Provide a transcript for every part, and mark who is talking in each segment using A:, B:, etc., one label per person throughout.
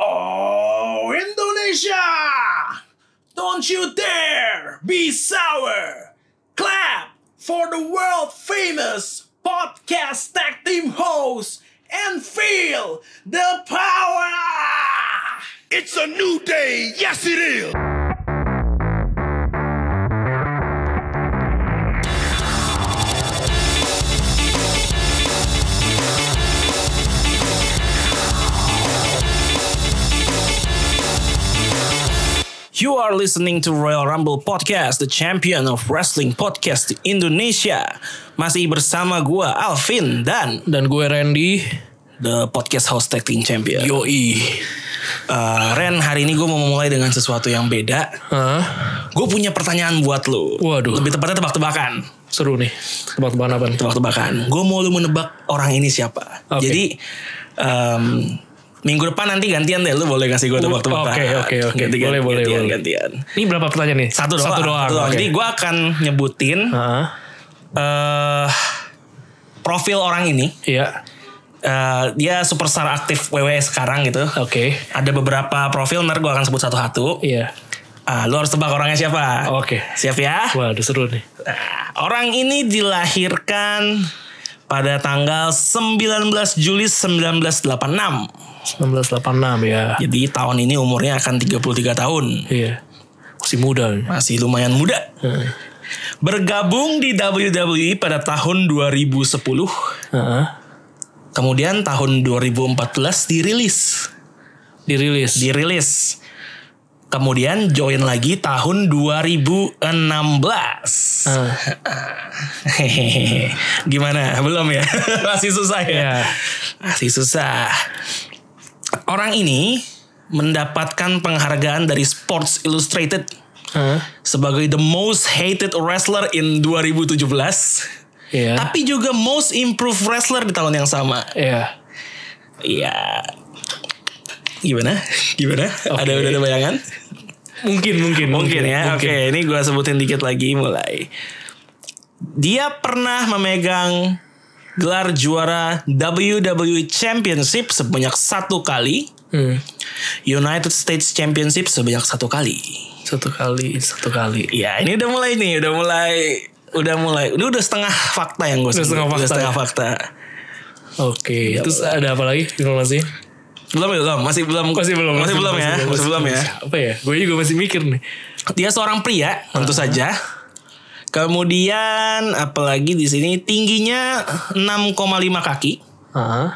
A: Oh, Indonesia! Don't you dare be sour! Clap for the world famous podcast tag team host and feel the power!
B: It's a new day. Yes, it is.
A: You are listening to Royal Rumble Podcast, the champion of wrestling podcast di Indonesia. Masih bersama gua Alvin dan
C: dan gue Randy.
A: the podcast host tag team champion.
C: Yoi.
A: Eh, Ren, hari ini gue mau mulai dengan sesuatu yang beda.
C: Hah?
A: Gue punya pertanyaan buat lu.
C: Waduh.
A: Lebih tepatnya tebak-tebakan.
C: Seru nih. Tebak-tebakan apa nih?
A: Tebak-tebakan. Gue mau lu menebak orang ini siapa.
C: Oke.
A: Jadi em, minggu depan nanti gantian deh. Lu boleh kasih gue tebak-tebakan.
C: Oke, oke, oke.
A: Ganti-
C: Boleh, boleh,
A: gantian,
C: boleh.
A: gantian.
C: Ini berapa pertanyaan nih?
A: Satu doang.
C: Satu doang. oke.
A: Jadi gue akan nyebutin
C: Hah?
A: eh profil orang ini.
C: Iya.
A: Eh, dia superstar aktif WWE sekarang gitu.
C: Oke.
A: Ada beberapa profil, ntar gue akan sebut satu-satu.
C: Iya.
A: Ah, lu harus tebak orangnya siapa.
C: Oke.
A: Siap ya?
C: Waduh seru nih.
A: Nah, orang ini dilahirkan pada tanggal 19 Juli 1986.
C: 1986 ya.
A: Jadi tahun ini umurnya akan 33 tahun.
C: Iya. Masih muda nih.
A: Masih lumayan muda.
C: Heeh.
A: Bergabung di WWE pada tahun 2010.
C: Heeh.
A: Kemudian tahun 2014 dirilis.
C: Dirilis.
A: Dirilis. Kemudian join lagi tahun 2016.
C: Heeh.
A: Hehehe. Gimana? Belum ya? Masih susah ya?
C: Iya.
A: Masih susah. Orang ini mendapatkan penghargaan dari Sports Illustrated
C: Heeh.
A: sebagai the most hated wrestler in 2017.
C: Iya.
A: Tapi juga most improved wrestler di tahun yang sama.
C: Iya.
A: Iya. Gimana? Gimana? Ada udah ada bayangan?
C: Mungkin mungkin
A: Mungkin ya. Oke, ini gua sebutin dikit lagi mulai. Dia pernah memegang gelar juara WWE Championship sebanyak satu kali,
C: Hmm.
A: United States Championship sebanyak satu kali.
C: Satu kali, satu kali.
A: Ya, ini udah mulai nih, udah mulai, udah mulai, ini udah setengah fakta yang gue
C: Udah setengah
A: sebut,
C: fakta
A: setengah
C: ya?
A: fakta.
C: Oke. Terus ada apa lagi informasi?
A: Belum ya, belum, masih belum,
C: Masih belum.
A: masih, belum ya, masih, belum ya.
C: Apa ya? Gue juga masih mikir nih.
A: Dia seorang pria, tentu saja. Kemudian apalagi di sini tingginya 6,5 kaki,
C: Heeh.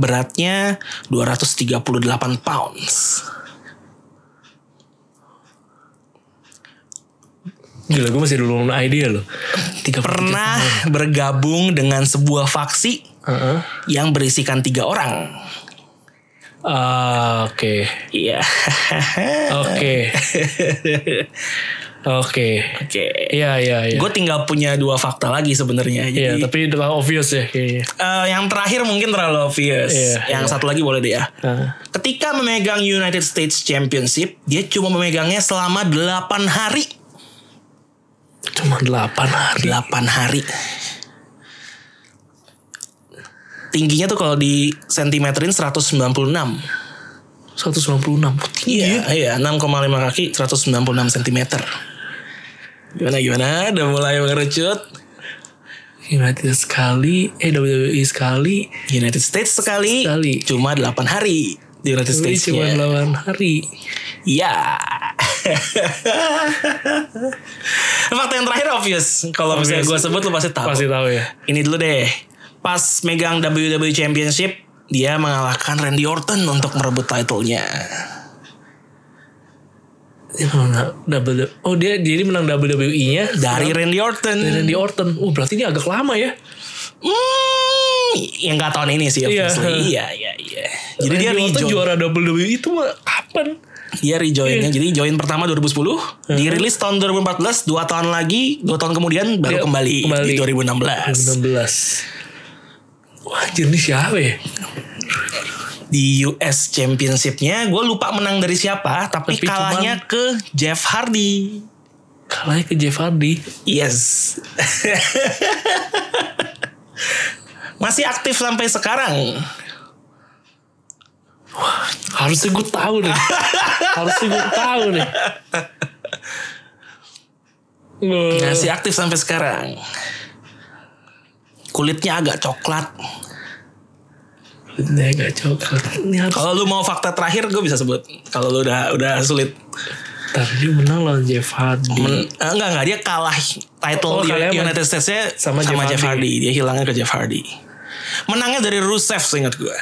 A: beratnya 238 pounds.
C: Gila gue masih belum idea loh. Tiga
A: Pernah bergabung dengan sebuah faksi
C: Heeh.
A: yang berisikan tiga orang.
C: Ah, Oke.
A: Iya.
C: Oke. Oke.
A: Oke.
C: Iya iya iya.
A: Gue tinggal punya dua fakta lagi sebenarnya. Jadi
C: Iya tapi udah obvious ya kayaknya.
A: eh, yang terakhir mungkin terlalu obvious.
C: Iya,
A: yang satu lagi boleh deh ya.
C: Heeh.
A: Ketika memegang United States Championship, dia cuma memegangnya selama 8 hari.
C: Cuma delapan hari.
A: 8 hari. Tingginya tuh kalau di sentimeterin 196.
C: 196.
A: Iya, iya, 6,5 kaki 196 cm. Gimana gimana? Udah mulai mengerucut.
C: United sekali, eh WWE sekali,
A: United States sekali,
C: Sekali.
A: cuma 8 hari di United
C: tapi
A: States.
C: cuma delapan hari.
A: Iya. Fakta yang terakhir obvious. Kalau misalnya gue sebut lu pasti tahu.
C: Pasti tahu ya.
A: Ini dulu deh. Pas megang WWE Championship, dia mengalahkan Randy Orton untuk merebut titlenya.
C: Dia menang double, oh dia jadi menang WWE-nya
A: Dari Randy Orton.
C: Iya. dari Randy Orton. Oh berarti ini agak lama ya.
A: Hmm, yang nggak tahun ini sih
C: Iya.
A: obviously. Iya, iya, iya. Jadi dia
C: Randy Orton
A: rejoin.
C: juara WWE itu mah kapan?
A: Dia
C: Iya.
A: rejoinnya. Jadi join pertama 2010, dirilis tahun 2014, dua tahun lagi, dua tahun kemudian baru
C: Dia
A: kembali,
C: Iya, kembali.
A: di 2016.
C: 2016. Wah, anjir ini siapa ya?
A: Di US Championship-nya gue lupa menang dari siapa, tapi,
C: Tapi cuman-
A: kalahnya ke Jeff Hardy.
C: Kalahnya ke Jeff Hardy.
A: Yes. Masih aktif sampai sekarang.
C: Harusnya gue tahu deh. Harusnya gue tahu nih. Eh,
A: Masih aktif sampai sekarang. Kulitnya agak coklat.
C: Ini agak coklat. Ini harus
A: Kalau lu mau fakta terakhir gue bisa sebut. Kalau lu udah udah sulit.
C: Ntar dia menang lawan Jeff Hardy.
A: Men- eh, enggak enggak dia kalah title
C: Iya. Oh,
A: di
C: kalahnya sama-
A: United States-nya sama,
C: sama Jeff
A: Jeff, Hardy.
C: Hardy.
A: Dia hilangnya ke Jeff Hardy. Menangnya dari Rusev seingat gue.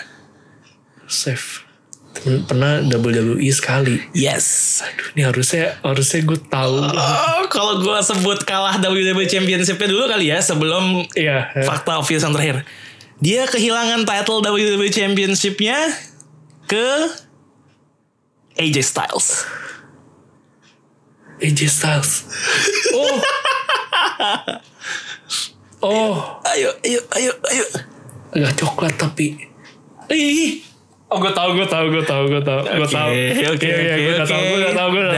C: Safe. Temen- Pernah WWE sekali.
A: Yes.
C: Aduh, ini harusnya harusnya gue tahu.
A: Oh, kalau gue sebut kalah WWE Championship-nya dulu kali ya sebelum
C: Iya. ya.
A: fakta obvious yang terakhir. Dia kehilangan title WWE Championship-nya ke AJ Styles.
C: AJ Eh, Styles. Oh. oh,
A: Ayo, ayo, ayo, ayo.
C: agak coklat tapi. Ih. Oh, gue tahu, gue tahu, gue tahu, gue tahu, gue
A: Oke,
C: tahu.
A: oke,
C: Iya, iya,
A: oke,
C: gue
A: oke.
C: udah tahu, gue udah tahu, gue udah tahu, gue
A: Dan-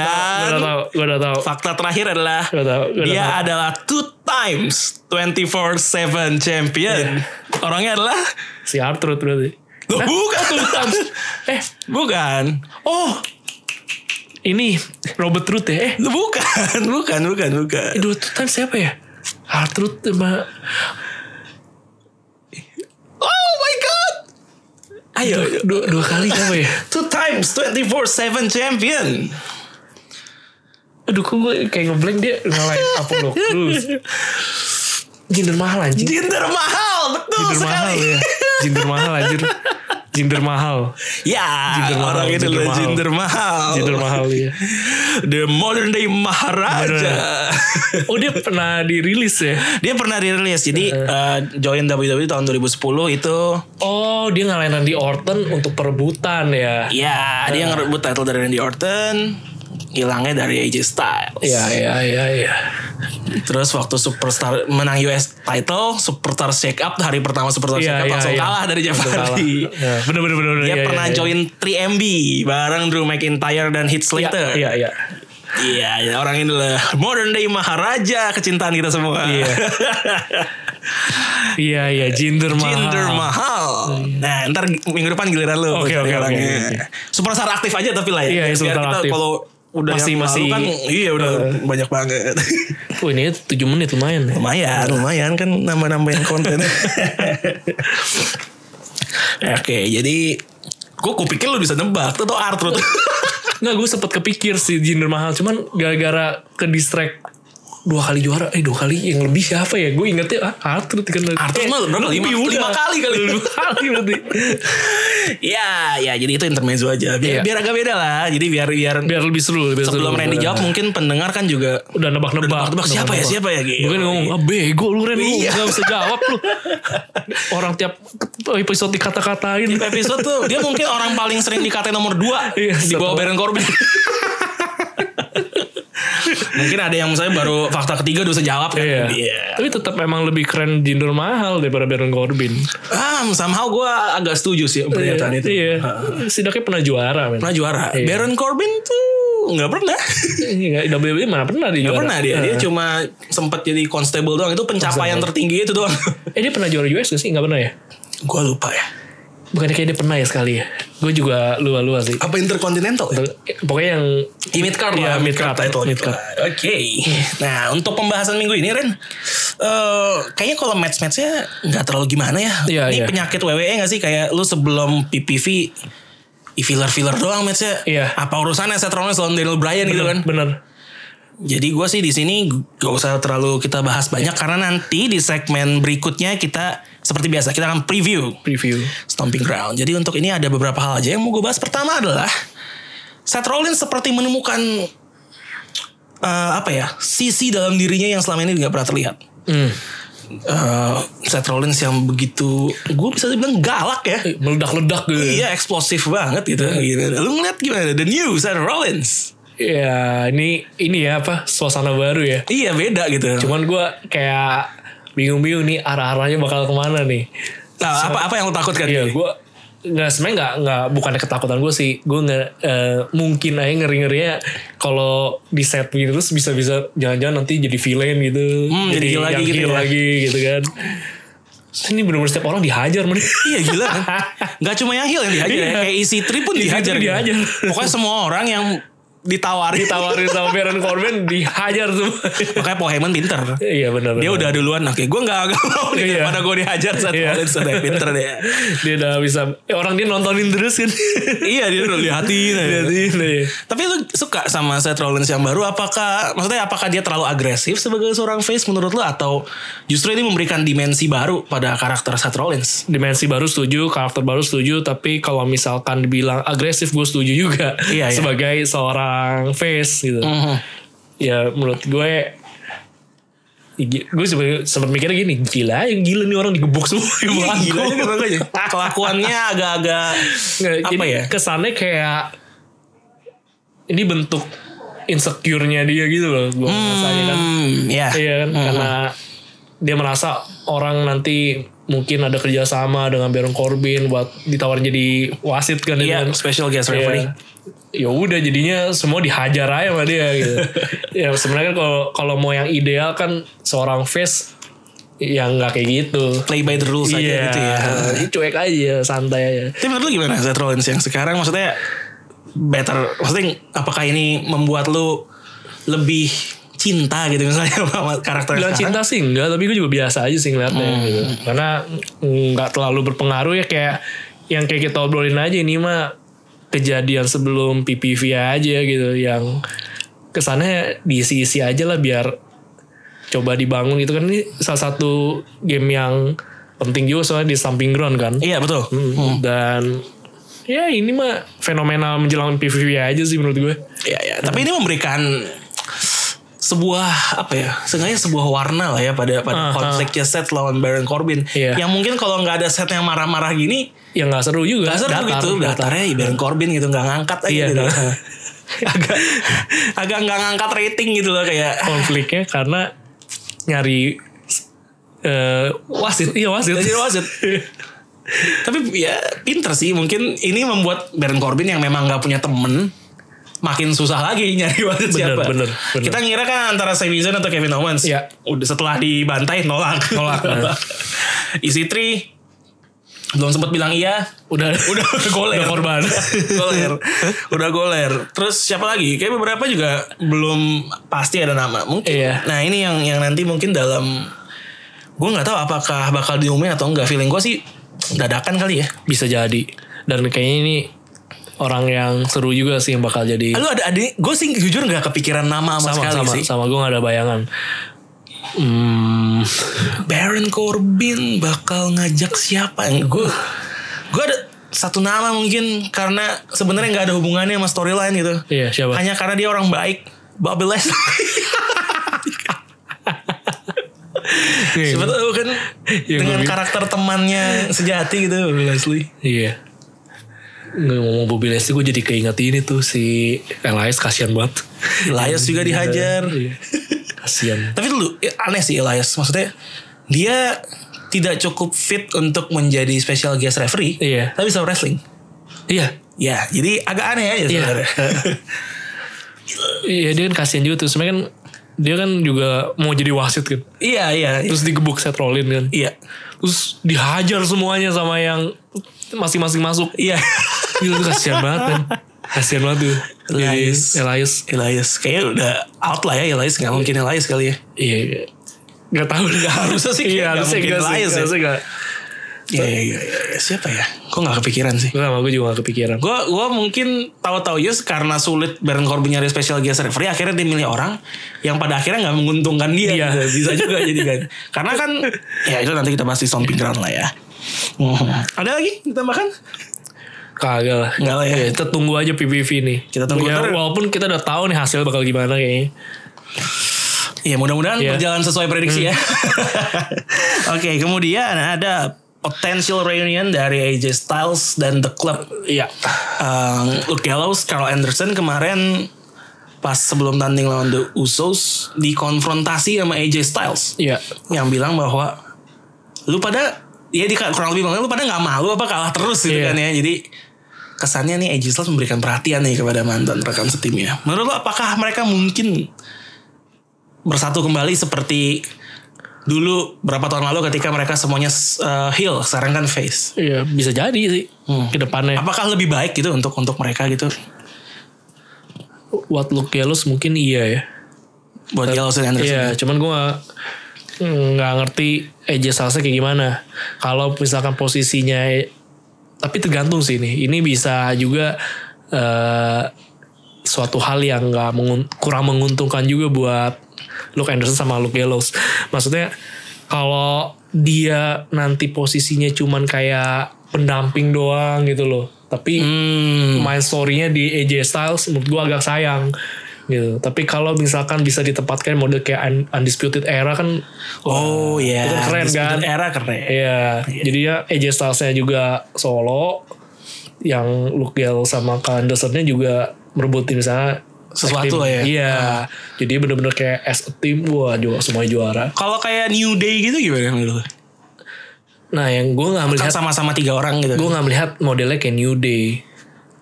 C: udah tahu, gue udah tahu.
A: Fakta terakhir adalah
C: Gua tahu, gua
A: dia
C: tahu.
A: adalah two times 24/7 champion. Orangnya adalah
C: Si Arthur berarti.
A: Loh, bukan two times.
C: Eh,
A: Bukan.
C: oh, ini Robert Root ya? Eh,
A: Loh, Bukan, bukan, bukan, bukan.
C: Eh, dua two times siapa ya? Arthur sama
A: Oh my god. Ayo, ayo.
C: dua, dua kali siapa ya?
A: two times 24/7 champion.
C: Aduh kok gue kayak ngeblank dia ngelain Apollo Cruz. Jinder mahal anjing.
A: Jinder mahal, betul
C: Jinder mahal
A: sekali.
C: ya. Jinder mahal anjir. Jinder mahal.
A: Ya,
C: Jinder mahal,
A: orang itu
C: Jinder
A: adalah
C: mahal.
A: Jinder mahal.
C: Jinder mahal ya.
A: The modern day Maharaja.
C: Oh dia pernah dirilis ya?
A: Dia pernah dirilis. Jadi eh, join WWE tahun 2010 itu
C: Oh dia ngalahin Randy Orton untuk perebutan ya.
A: ya dia ngerebut title dari Randy Orton, hilangnya dari AJ Styles.
C: Iya iya iya iya.
A: Terus waktu Superstar menang US title, Superstar Shake Up hari pertama Superstar
C: Iya,
A: Shake Up
C: iya,
A: langsung
C: iya.
A: kalah dari Jeff
C: Langsung kalah.
A: Hardy.
C: Iya, bener, bener, bener,
A: Dia
C: iya,
A: pernah
C: iya, iya.
A: join 3MB bareng Drew McIntyre dan Heath
C: Iya
A: Slater.
C: iya iya.
A: Iya, ya, orang ini lah modern day maharaja kecintaan kita semua.
C: Iya. Iya iya Jinder mahal.
A: Jinder mahal. Nah, ntar minggu depan giliran lu.
C: Iya. Oke,
A: cari
C: oke,
A: orangnya.
C: oke, oke.
A: Superstar aktif aja tapi lah ya.
C: Iya, iya,
A: Biar
C: superstar
A: kita
C: aktif.
A: Kalau udah
C: Masih-
A: yang lalu
C: masih- Eh.
A: kan, iya udah banyak banget.
C: Oh ini 7 menit lumayan ya.
A: lumayan, lumayan kan nambah-nambahin konten. Eh, oke, jadi gue kupikir lu bisa nebak tuh tuh Arthur tuh.
C: Nggak gue sempet kepikir si Jinder mahal Cuman gara-gara ke distract Dua kali juara Eh dua kali yang lebih siapa ya Gue ingetnya ah, Arthur kan
A: Arthur
C: Eh,
A: mah berapa? Lima-
C: lebih udah.
A: lima kali kali.
C: Lima kali berarti
A: ya, ya jadi itu intermezzo aja. Biar,
C: Iya.
A: biar agak beda lah. Jadi biar biar,
C: Biar lebih seru lebih
A: sebelum
C: seru.
A: Randy jawab mungkin pendengar kan juga
C: Udah nebak-nebak
A: Nebak-nebak, siapa ya,
C: nebak-nebak.
A: siapa ya, gitu.
C: Bukan ngomong ah, Bego lu Ren
A: Iya.
C: Lu nggak bisa jawab lu Orang tiap episode dikata-katain
A: Tiap episode tuh dia mungkin orang paling sering dikatain nomor 2
C: Iya,
A: di bawah
C: betul.
A: Baron Corbin. mungkin ada yang misalnya baru fakta ketiga udah bisa jawab kan.
C: Iya.
A: Iya.
C: Tapi tetap emang lebih keren Jinder mahal daripada Baron Corbin.
A: Ah, somehow gue agak setuju sih pernyataan itu.
C: Iya. Sidaknya pernah juara, men.
A: Pernah juara. Baron Corbin tuh nggak pernah.
C: Iya, WWE mana pernah dia
A: Nggak
C: juara?
A: pernah dia. Dia cuma sempat jadi constable doang. Itu pencapaian tertinggi itu doang.
C: Eh dia pernah juara US gak sih? Gak pernah ya?
A: gue lupa ya.
C: Bukannya kayak dia pernah ya sekali ya? Gue juga luar-luar sih.
A: Apa Intercontinental? ya?
C: Eh, Pokoknya yang
A: Ya, mid card
C: Iya,
A: lah, mid
C: mid
A: card
C: card,
A: title
C: mid
A: gitu
C: card.
A: lah. Oke. Nah, untuk pembahasan minggu ini Ren, eh, kayaknya kalau match-matchnya nggak terlalu gimana ya.
C: Iya,
A: ini
C: iya.
A: penyakit WWE nggak sih kayak lu sebelum PPV i filler-filler doang matchnya.
C: Iya.
A: Apa urusannya Seth Rollins lawan Daniel Bryan gitu kan?
C: bener.
A: Jadi gue sih di sini gak usah terlalu kita bahas banyak karena nanti di segmen berikutnya kita seperti biasa kita akan preview
C: Preview.
A: Stomping Ground. Jadi untuk ini ada beberapa hal aja yang mau gue bahas. Pertama adalah Seth Rollins seperti menemukan eh, apa ya sisi dalam dirinya yang selama ini nggak pernah terlihat.
C: Hmm.
A: Eh, Seth Rollins yang begitu gue bisa bilang galak ya.
C: Eh, Meledak-ledak gitu.
A: Iya eksplosif banget gitu. Gimana? Lu ngeliat gimana? The new Seth Rollins.
C: Ya ini ini ya apa suasana baru ya.
A: Iya beda gitu.
C: Cuman gue kayak bingung-bingung nih arah-arahnya bakal kemana nih.
A: Nah, apa apa yang lo takutkan?
C: Iya,
A: Iya,
C: gue nggak sebenarnya nggak nggak bukannya ketakutan gue sih gue nggak eh, mungkin aja ngeri ngerinya kalau di set gitu terus bisa bisa jangan jangan nanti jadi villain gitu
A: Hmm, jadi heel lagi
C: yang
A: gitu
C: heel
A: ya.
C: lagi gitu kan Ini bener-bener setiap orang dihajar men.
A: Iya gila kan. Gak cuma yang Hill yang dihajar ya.
C: Iya.
A: Kayak isi tri pun
C: Isi Tri
A: dihajar. gitu.
C: dihajar.
A: Pokoknya semua orang yang ditawarin.
C: Ditawarin sama Baron Corbin dihajar semua.
A: Makanya Paul Heyman pinter.
C: iya benar.
A: Dia udah duluan. Oke gue gak, gak mau nih.
C: Iya.
A: Daripada gue dihajar saat
C: Iya.
A: Rollins udah pinter deh.
C: dia udah bisa eh, orang dia nontonin terus kan.
A: iya dia udah liatin. aja.
C: Jadi iya.
A: Tapi lu suka sama Seth Rollins yang baru apakah maksudnya apakah dia terlalu agresif sebagai seorang face menurut lu atau justru ini memberikan dimensi baru pada karakter Seth Rollins?
C: dimensi baru setuju, karakter baru setuju, tapi kalau misalkan dibilang agresif gue setuju juga
A: Iya, Hmm. iya.
C: sebagai seorang face gitu. Ya menurut gue gue sempat mikirnya gini gila yang gila nih orang digebuk semua
A: Iya,
C: Bangku.
A: gila aja kelakuannya. Kelakuannya agak-agak
C: Nggak,
A: apa
C: jadi
A: ya?
C: kesannya kayak ini bentuk insecure-nya dia gitu loh gue rasanya kan
A: Hmm, ya.
C: Iya kan karena dia merasa orang nanti mungkin ada kerjasama dengan Baron Corbin buat ditawarin jadi wasit kan dia
A: Iya,
C: bilang.
A: special guest
C: Iya.
A: referee.
C: Ya udah jadinya semua dihajar aja sama dia gitu. ya sebenarnya kan kalau kalau mau yang ideal kan seorang face yang nggak kayak gitu.
A: Play by the rules aja
C: Iya,
A: gitu ya.
C: cuek aja, santai aja.
A: Tapi menurut lu gimana Seth Rollins yang sekarang maksudnya better maksudnya apakah ini membuat lu lebih cinta gitu misalnya sama karakter
C: Bilang
A: sekarang?
C: cinta sih enggak, tapi gue juga biasa aja sih ngeliatnya gitu. Karena nggak terlalu berpengaruh ya kayak yang kayak kita obrolin aja ini mah kejadian sebelum PPV aja gitu yang kesannya diisi-isi aja lah biar coba dibangun gitu kan ini salah satu game yang penting juga soalnya di stamping ground kan
A: Iya betul.
C: Hmm. dan ya ini mah fenomenal menjelang PPV aja sih menurut gue
A: Ya, ya. Tapi ini memberikan sebuah apa ya? Seenggaknya sebuah warna lah ya pada pada
C: Ah,
A: konfliknya set lawan Baron Corbin.
C: Iya.
A: Yang mungkin kalau nggak ada set yang marah-marah gini,
C: yang Ya nggak seru juga
A: dasar tuh gitu. Datarnya ya Baron Corbin gitu nggak ngangkat aja
C: Iya,
A: gitu.
C: datar.
A: agak agak nggak ngangkat rating gitu loh kayak.
C: konfliknya karena nyari eh wasit iya wasit
A: Jadi wasit. Tapi ya pinter sih mungkin ini membuat Baron Corbin yang memang nggak punya temen makin susah lagi nyari wasit
C: Bener,
A: siapa.
C: bener, bener.
A: Kita ngira kan antara Sami Zayn atau Kevin Owens.
C: Iya.
A: Udah setelah dibantai nolak.
C: Nolak, bener.
A: Isi tri belum sempat bilang iya.
C: udah
A: Udah goler.
C: udah korban
A: goler. Udah goler. Terus siapa lagi? Kayak beberapa juga belum pasti ada nama. Mungkin.
C: Iya.
A: Nah ini yang yang nanti mungkin dalam gue nggak tahu apakah bakal diumumin atau enggak. Feeling gue sih dadakan kali ya.
C: bisa jadi dan kayaknya ini orang yang seru juga sih yang bakal jadi
A: Lu ada adik, gue sih jujur nggak kepikiran nama sama,
C: Iya. sama
A: sekali
C: sama
A: sih.
C: sama gue gak ada bayangan hmm,
A: Baron Corbin bakal ngajak siapa? Gue gue ada satu nama mungkin karena sebenarnya nggak ada hubungannya sama storyline gitu.
C: iya siapa
A: Hanya karena dia orang baik. Bobby Leslie.
C: Iya.
A: Siapa tahu kan
C: Iya,
A: dengan
C: Bobby.
A: karakter temannya sejati gitu Bobby Leslie.
C: iya Nggak ngomong Bobby Leslie gue jadi keinget ini tuh si Elias kasihan banget
A: Elias juga dihajar.
C: Iya. kasihan
A: Tapi dulu ya, aneh sih Elias maksudnya dia tidak cukup fit untuk menjadi special guest referee.
C: Iya.
A: Tapi bisa wrestling.
C: iya
A: Ya, jadi agak aneh aja sebenarnya.
C: Iya dia kan kasihan juga tuh Sebenernya kan Dia kan juga mau jadi wasit kan
A: Iya, iya.
C: Terus digebuk Seth Rollins kan
A: Iya.
C: Terus dihajar semuanya sama yang Masing-masing masuk
A: Iya.
C: Gila tuh kasihan banget kan Kasihan banget tuh
A: Elias.
C: Jadi, Elias
A: Elias kayaknya udah out lah ya Elias nggak mungkin Elias kali ya.
C: Iya iya. Gak tau Gak
A: harusnya sih, kayak
C: Iya
A: gak
C: harusnya
A: mungkin
C: gak sih
A: Elias ya.
C: Harusnya gak
A: Iya, iya, iya. iya. Siapa ya? Kok nggak kepikiran sih?
C: Gue sama gue juga gak kepikiran
A: Gue gua mungkin tahu-tahu ya karena sulit Baron Corbin nyari special guest referee akhirnya dia milih orang yang pada akhirnya nggak menguntungkan dia
C: Iya.
A: gitu. bisa juga jadi kan karena kan ya itu nanti kita bahas di stomping ground lah ya Hmm. ada lagi ditambahkan
C: Kagak lah
A: Nggak lah ya.
C: Kita tunggu aja PPV nih
A: Kita tunggu
C: Ya,
A: ntar.
C: Walaupun kita udah tahu nih hasil bakal gimana kayaknya
A: Iya mudah-mudahan
C: Iya.
A: berjalan sesuai prediksi ya. Oke kemudian ada potential reunion dari AJ Styles dan The Club.
C: Iya
A: Um, Luke Gallows, Carl Anderson kemarin pas sebelum tanding lawan The Usos dikonfrontasi sama AJ Styles
C: Iya
A: yang bilang bahwa lu pada ya di kurang lebih bilang lu pada nggak malu apa kalah terus gitu
C: Iya.
A: kan ya jadi kesannya nih AJ Styles memberikan perhatian nih kepada mantan rekan setimnya menurut lu apakah mereka mungkin bersatu kembali seperti dulu berapa tahun lalu ketika mereka semuanya eh, heel sekarang kan face.
C: Iya bisa jadi sih
A: Hmm.
C: ke depannya.
A: Apakah lebih baik gitu untuk untuk mereka gitu
C: What look Gallows mungkin iya ya.
A: buat Gallows dan Anderson?
C: Iya, cuman gue nggak nggak ngerti AJ Styles kayak gimana. Kalau misalkan posisinya, E, tapi tergantung sih ini. Ini bisa juga eh, suatu hal yang nggak mengun- kurang menguntungkan juga buat Luke Anderson sama Luke Gallows. Maksudnya kalau dia nanti posisinya cuman kayak pendamping doang gitu loh. Tapi
A: Hmm.
C: main story-nya di AJ Styles menurut gue agak sayang gitu. Tapi kalau misalkan bisa ditempatkan model kayak Un- Undisputed Era kan
A: Oh ya.
C: Itu keren,
A: Undisputed
C: kan?
A: Era keren.
C: ya
A: Iya.
C: jadi ya AJ Styles-nya juga solo yang Luke Gale sama Anderson-nya juga merebutin misalnya
A: Sesuatu lah ya.
C: Iya. Jadi bener-bener kayak as a team wah juga semuanya juara.
A: Kalau kayak New Day gitu gimana menurut lu?
C: Nah, yang gue nggak
A: Kan
C: melihat
A: sama-sama tiga orang gitu.
C: gue nggak melihat modelnya kayak New Day.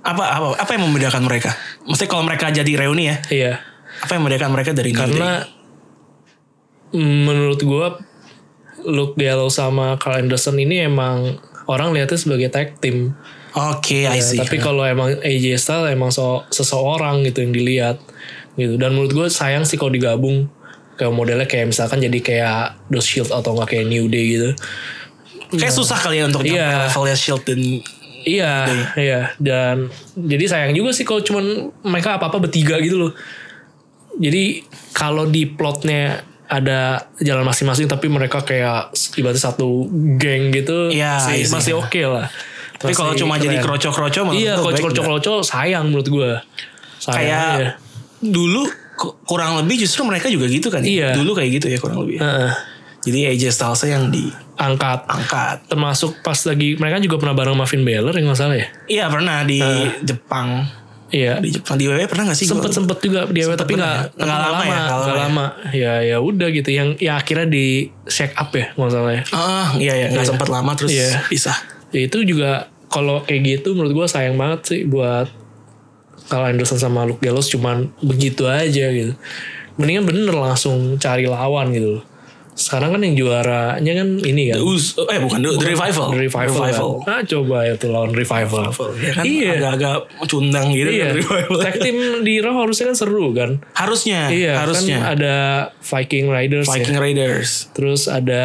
A: apa apa apa yang membedakan mereka? Maksudnya kalau mereka jadi reuni ya,
C: Iya.
A: apa yang membedakan mereka dari New
C: karena
A: Day?
C: mm, menurut gue Luke Gallows sama Carl Anderson ini emang orang lihatnya sebagai tag team.
A: Oke, I
C: Ya,
A: see.
C: tapi kalau emang AJ Styles emang so- seseorang gitu yang dilihat gitu. Dan menurut gue sayang sih kalau digabung kayak modelnya kayak misalkan jadi kayak The Shield atau nggak kayak New Day gitu.
A: kayak susah kali ya untuk
C: Iya.
A: nyampe levelnya Shield dan
C: Iya,
A: Gitu ya.
C: iya. Dan jadi sayang juga sih kalau cuman mereka apa-apa bertiga gitu loh. Jadi kalau di plotnya ada jalan masing-masing tapi mereka kayak ibaratnya satu geng gitu
A: Iya, iya
C: sih
A: sih.
C: masih oke lah.
A: tapi kalau
C: Masih
A: cuma jadi
C: keren.
A: kroco-kroco menurut
C: Iya,
A: gua
C: kalau
A: baik nggak?
C: kroco-kroco sayang menurut gue.
A: kayak
C: iya.
A: dulu ku- kurang lebih justru mereka juga gitu kan ya?
C: Iya.
A: dulu kayak gitu ya kurang lebih jadi AJ Styles yang
C: angkat
A: diangkat
C: termasuk pas lagi mereka juga pernah bareng Marvin Baylor yang nggak salah ya.
A: iya pernah di Jepang
C: Iya.
A: di Jepang di WWE pernah gak sih
C: sempet
A: gua?
C: sempet Iya. juga di awet tapi nggak
A: pernah ya?
C: nggak
A: Nggak
C: lama,
A: lama ya,
C: nggak
A: nggak
C: lama,
A: lama
C: ya ya udah gitu yang ya akhirnya di shake up ya masalahnya
A: ah iya iya nggak
C: Iya.
A: sempat lama terus
C: Iya.
A: pisah
C: ya, itu juga kalau kayak gitu menurut gua sayang banget sih buat kalau Anderson sama Luke Gallows cuman begitu aja gitu mendingan bener langsung cari lawan gitu loh. sekarang kan yang juaranya kan ini kan
A: Us- eh bukan The, The Revival
C: The Revival,
A: Revival.
C: kan. Nah, coba itu lawan Revival,
A: Ya kan
C: iya
A: agak-agag cundang gitu
C: iya
A: kan Revival
C: tag team di Raw harusnya kan seru kan
A: harusnya
C: Iya,
A: harusnya
C: kan ada Viking Riders ya.
A: Viking Raiders
C: Terus ada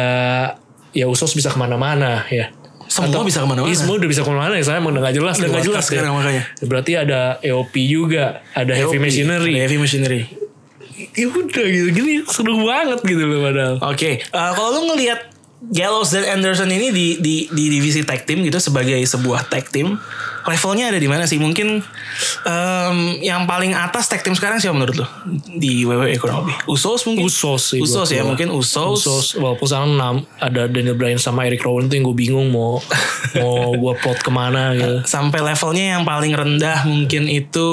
C: ya Usos bisa kemana-mana ya.
A: semua bisa kemana-mana
C: Ih, semua udah bisa kemana-mana ya, saya emang udah gak jelas.
A: Udah
C: di
A: nggak jelas
C: podcast
A: sekarang makanya. E
C: Berarti ada EOP juga, ada Heavy
A: Yopi,
C: Machinery.
A: Heavy Machinery
C: Ya udah gitu, gini seru banget gitu loh padahal.
A: Oke, eh, kalau lu ngelihat Gallows dan Anderson ini di, di di divisi tag team gitu sebagai sebuah tag team, levelnya ada di mana sih? Mungkin em, yang paling atas tag team sekarang siapa menurut lu di WWE kurang lebih? Usos mungkin.
C: Usos sih.
A: Usos
C: buat
A: ya
C: gua.
A: mungkin Usos.
C: Usos walaupun sekarang enam ada Daniel Bryan sama Eric Rowan tuh yang gue bingung mau mau gue plot kemana gitu.
A: Sampai levelnya yang paling rendah mungkin itu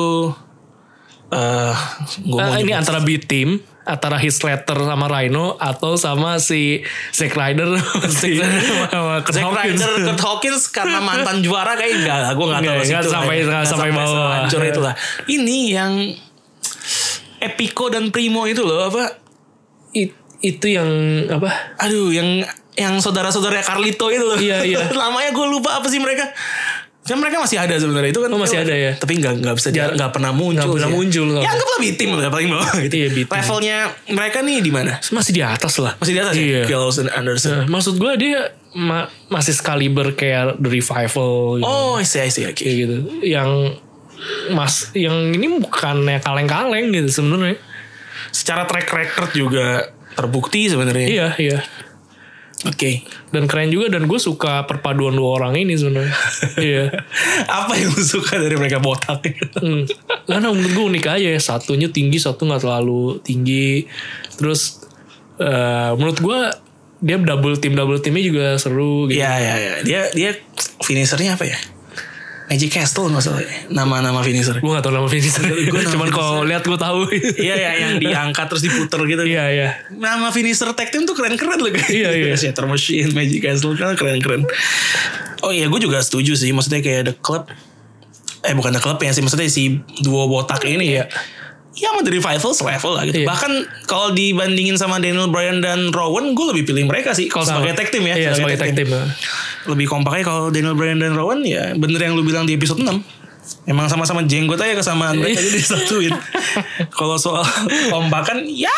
A: eh gua mau
C: Eh, ini
A: nyebut-
C: antara B team antara Heath Slater sama Rhino atau sama si Zack Ryder si sama Kurt
A: Zack
C: Hawkins.
A: Ryder, Kurt Hawkins karena mantan juara kayak enggak, gue nggak tahu
C: Nggak,
A: situ
C: nggak
A: lah
C: sampai-
A: ya.
C: nggak
A: Nggak
C: sampai bawah. Iya.
A: sehancur itu lah. Ini yang Epico dan Primo itu loh apa?
C: It- itu yang apa?
A: Aduh, yang yang saudara-saudara Carlito itu loh.
C: Iya, iya.
A: Namanya gue lupa apa sih mereka. Kan mereka masih ada sebenarnya itu kan.
C: Oh, masih ada ya?
A: Tapi nggak nggak bisa dia nggak pernah muncul.
C: nggak pernah
A: sih.
C: muncul, nggak
A: Ya
C: pernah.
A: anggaplah B team lah paling bawah gitu.
C: Iya, B team.
A: Levelnya mereka nih di mana?
C: Masih di atas lah.
A: Masih di atas ya?
C: Iya.
A: Gallows and Anderson.
C: Nah, maksud gue dia ma- masih skaliber kayak The Revival gitu.
A: Oh, I see, I see. Oke.
C: Kayak gitu. Yang Mas yang ini bukannya kaleng-kaleng gitu sebenarnya.
A: Secara track record juga terbukti sebenarnya.
C: Iya, iya.
A: Oke.
C: Dan keren juga dan gue suka perpaduan dua orang ini sebenarnya. iya.
A: Apa yang lu suka dari mereka botak?
C: Hmm. Karena menurut gue unik aja ya. Satunya tinggi, satu nggak terlalu tinggi. Terus eh, menurut gue dia double team double teamnya juga seru gitu.
A: Iya iya iya. Dia dia finishernya apa ya? Magic Castle masalahnya. Nama-nama finisher.
C: Gue gak tau nama finisher.
A: Gua nama
C: Cuman kalau lihat gue tahu.
A: Iya ya yang diangkat terus diputer gitu.
C: Iya iya.
A: Nama finisher tag team tuh keren-keren loh guys.
C: Iya, iya.
A: Shatter Machine, Magic Castle kan keren-keren. Oh iya gue juga setuju sih. Maksudnya kayak The Club. Eh bukan The Club ya sih. Maksudnya si duo botak ini ya. ya sama The Revival selevel lah gitu.
C: Iya.
A: Bahkan kalau dibandingin sama Daniel Bryan dan Rowan, gue lebih pilih mereka sih kalau
C: Sama.
A: sebagai tag team ya.
C: Iya sebagai tag team.
A: Lebih kompaknya kalau Daniel Bryan dan Rowan ya bener yang lu bilang di episode 6. Emang sama-sama jenggot aja kesamaan mereka jadi disatuin. kalau soal kompakan ya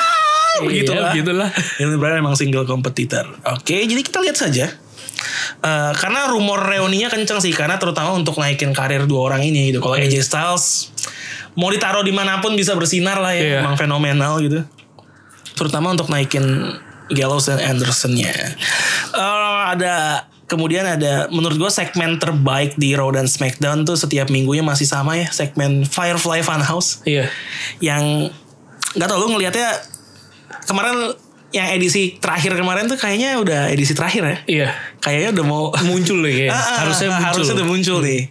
A: begitulah.
C: Iya, begitulah.
A: Daniel Bryan emang single kompetitor. Oke, jadi kita lihat saja. Eh, karena rumor reuninya kenceng sih karena terutama untuk naikin karir dua orang ini gitu. Kalau AJ Styles mau ditaruh dimanapun bisa bersinar lah ya,
C: Iya.
A: emang fenomenal gitu. Terutama untuk naikin Gallows dan Andersonnya. Eh, ada kemudian ada menurut gue segmen terbaik di Raw dan SmackDown tuh setiap minggunya masih sama ya segmen Firefly Funhouse
C: Iya.
A: yang nggak tau lu ngelihatnya kemarin yang edisi terakhir kemarin tuh kayaknya udah edisi terakhir ya
C: Iya.
A: kayaknya udah mau
C: Muncul nih kayaknya.
A: Ah, ah,
C: Iya, harusnya muncul.
A: harusnya udah muncul nih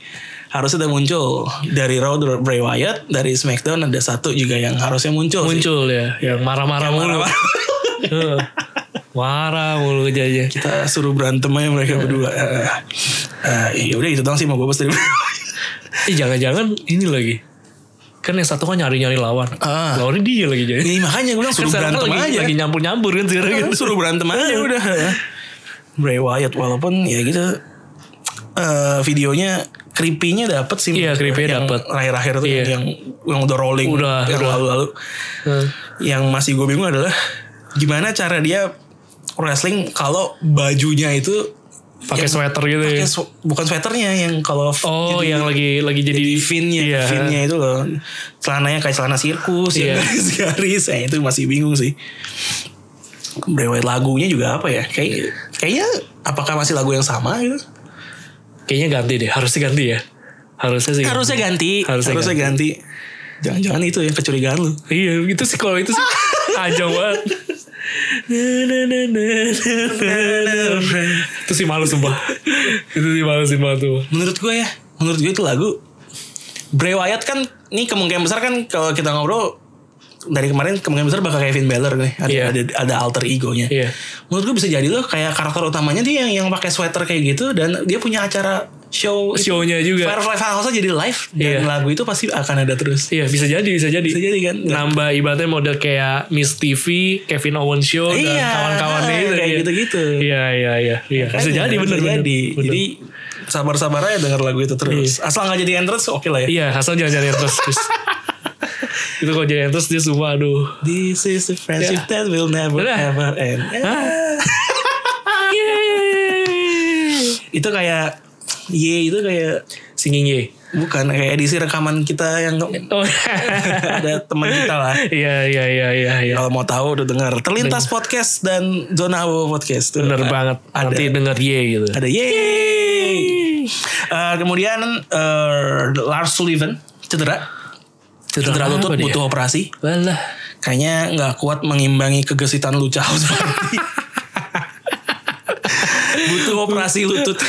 A: harusnya udah muncul dari Raw dari Bray Wyatt dari SmackDown ada satu juga yang harusnya muncul sih.
C: muncul ya. Yang marah-marah mulu.
A: Marah-marah.
C: Heeh. Marah mulu aja.
A: kita suruh berantem aja mereka
C: Iya.
A: berdua Eh, eh, ya udah itu doang sih mau gue bahas dari Bray Wyatt.
C: Eh jangan-jangan ini lagi. Kan yang satu kan nyari-nyari lawan.
A: Ah.
C: Lawannya dia lagi jadi.
A: Ini makanya gue bilang
C: Kan
A: suruh
C: sekarang
A: berantem
C: lagi,
A: aja
C: lagi nyampur-nyampur kan sekarang
A: Iya,
C: gitu.
A: suruh berantem aja udah Bray Wyatt walaupun ya gitu eh, videonya creepy-nya dapet sih
C: Iya, creepy-nya
A: Yang
C: dapet.
A: akhir-akhir tuh
C: Iya.
A: yang yang udah rolling
C: Udah,
A: yang
C: udah.
A: lalu-lalu
C: Heeh.
A: yang masih gue bingung adalah gimana cara dia wrestling kalau bajunya itu
C: Pakai
A: yang-
C: sweater gitu ya.
A: pakai sw- bukan sweaternya yang kalau
C: Oh, yang lagi lagi jadi,
A: di finnya,
C: Iya.
A: finnya itu loh, celananya kayak celana sirkus,
C: Iya.
A: yang garis-garis, eh, itu masih bingung sih. Brewet lagunya juga apa ya? Kayak kayaknya apakah masih lagu yang sama gitu?
C: Kayaknya ganti deh, harusnya ganti ya. Harusnya sih.
A: Harusnya ganti,
C: Iya. Harusnya
A: harusnya, ganti. Jangan-jangan itu yang kecurigaan lu.
C: Iya, itu sih kalau itu sih ajang banget. Na, na, na, na, na, na, na. itu sih malu sumpah. itu sih malu sih malu tuh.
A: Menurut gue ya, menurut gue itu lagu Bray Wyatt kan ini kemungkinan besar kan kalau kita ngobrol dari kemarin kemungkinan besar bakal Kevin Balor nih ada
C: Iya.
A: ada, ada alter egonya.
C: Iya.
A: Menurut gue bisa jadi loh kayak karakter utamanya dia yang yang pakai sweater kayak gitu dan dia punya acara show itu.
C: Show-nya Oh, juga.
A: Firefly Funhouse jadi live dan
C: Iya.
A: lagu itu pasti akan ada terus.
C: Iya, bisa jadi, bisa jadi.
A: Bisa jadi kan?
C: Nambah ibaratnya model kayak Miss TV, Kevin Owens Show dan
A: Iya,
C: kawan-kawannya itu
A: kayak
C: iya.
A: gitu-gitu.
C: Iya, iya, iya. Iya, bisa
A: kan?
C: jadi
A: Bisa
C: bener bener.
A: jadi.
C: Bener.
A: Jadi sabar-sabar aja denger lagu itu terus. Asal nggak jadi entrance oke lah ya.
C: Iya, asal jangan jangan terus. terus. itu kalau jangan terus dia sumpah aduh.
A: This is a friendship that will never
C: Iya. Udah.
A: ever end. itu kayak ye itu kayak
C: Singing ye.
A: bukan kayak edisi rekaman kita yang
C: Oh.
A: ada teman kita lah.
C: Iya, iya, iya, iya, iya.
A: Kalau mau tahu udah dengar Terlintas Podcast dan Zona Abu Podcast. Tuh,
C: Bener
A: ada-
C: banget. Nanti denger ye gitu.
A: Ada yeay. Eh, kemudian eh, Lars Sullivan cedera. Cedera,
C: apa
A: lutut
C: dia?
A: butuh operasi.
C: Walah.
A: Kayaknya nggak kuat mengimbangi kegesitan Lucha House Party. butuh operasi lutut.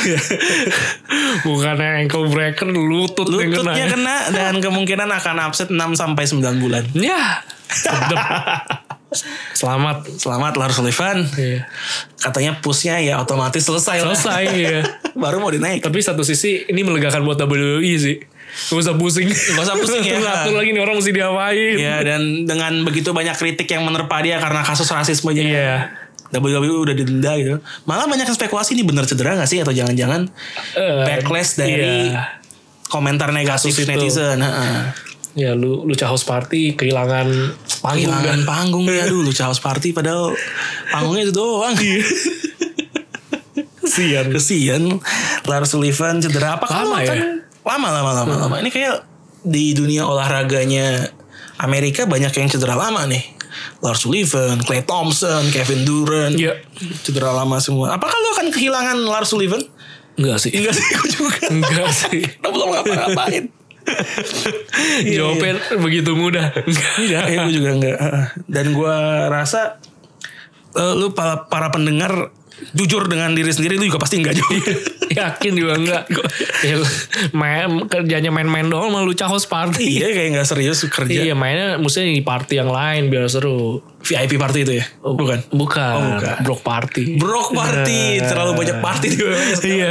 C: Bukannya ankle breaker lutut, yang kena. ya?
A: Lututnya kena dan kemungkinan akan absen 6 sampai 9 bulan.
C: Ya. Sedep. Selamat.
A: Selamat Lars Sullivan.
C: Iya.
A: Katanya pushnya ya otomatis selesai. lah.
C: Selesai ya.
A: Baru mau dinaik.
C: Tapi satu sisi ini melegakan buat WWE sih. Gak usah pusing. Gak
A: usah pusing, ya.
C: Ngatur lagi nih orang mesti diapain. Iya.
A: Ya dan dengan begitu banyak kritik yang menerpa dia karena kasus rasisme
C: Iya.
A: jadi WWE udah didenda gitu. Malah banyak yang spekulasi ini bener cedera gak sih atau jangan-jangan
C: Eh,
A: backlash dari
C: iya.
A: komentar negatif
C: Kasus itu.
A: netizen. Heeh.
C: Ya lu Lucha House Party kehilangan panggung kan.
A: Kehilangan panggung ya dulu Chaos Party padahal panggungnya itu doang.
C: Iya. Kesian.
A: Kesian Lars Sullivan cedera apa kan
C: Lama ya? Hmm.
A: Lama lama lama lama. Ini kayak di dunia olahraganya Amerika banyak yang cedera lama nih. Lars Sullivan, Clay Thompson, Kevin Durant.
C: Iya.
A: Cedera lama semua. Apakah lo akan kehilangan Lars Sullivan?
C: Enggak sih.
A: Enggak sih, gue juga.
C: Enggak sih.
A: Lo belum ngapa-ngapain. Iya,
C: Jawabnya begitu mudah. Enggak.
A: ya, gue juga enggak. Heeh. Dan gue rasa eh, lu para, para pendengar jujur dengan diri sendiri lu juga pasti enggak juga.
C: Yakin juga enggak. ya, main, kerjanya main-main doang malu Lucha host party.
A: iya kayak nggak serius kerja
C: Iya mainnya mestinya di party yang lain biar seru.
A: VIP party itu ya bukan Nah.
C: Bukan.
A: Oh, bukan.
C: Brock party.
A: Brock party terlalu banyak party di WWS
C: iya.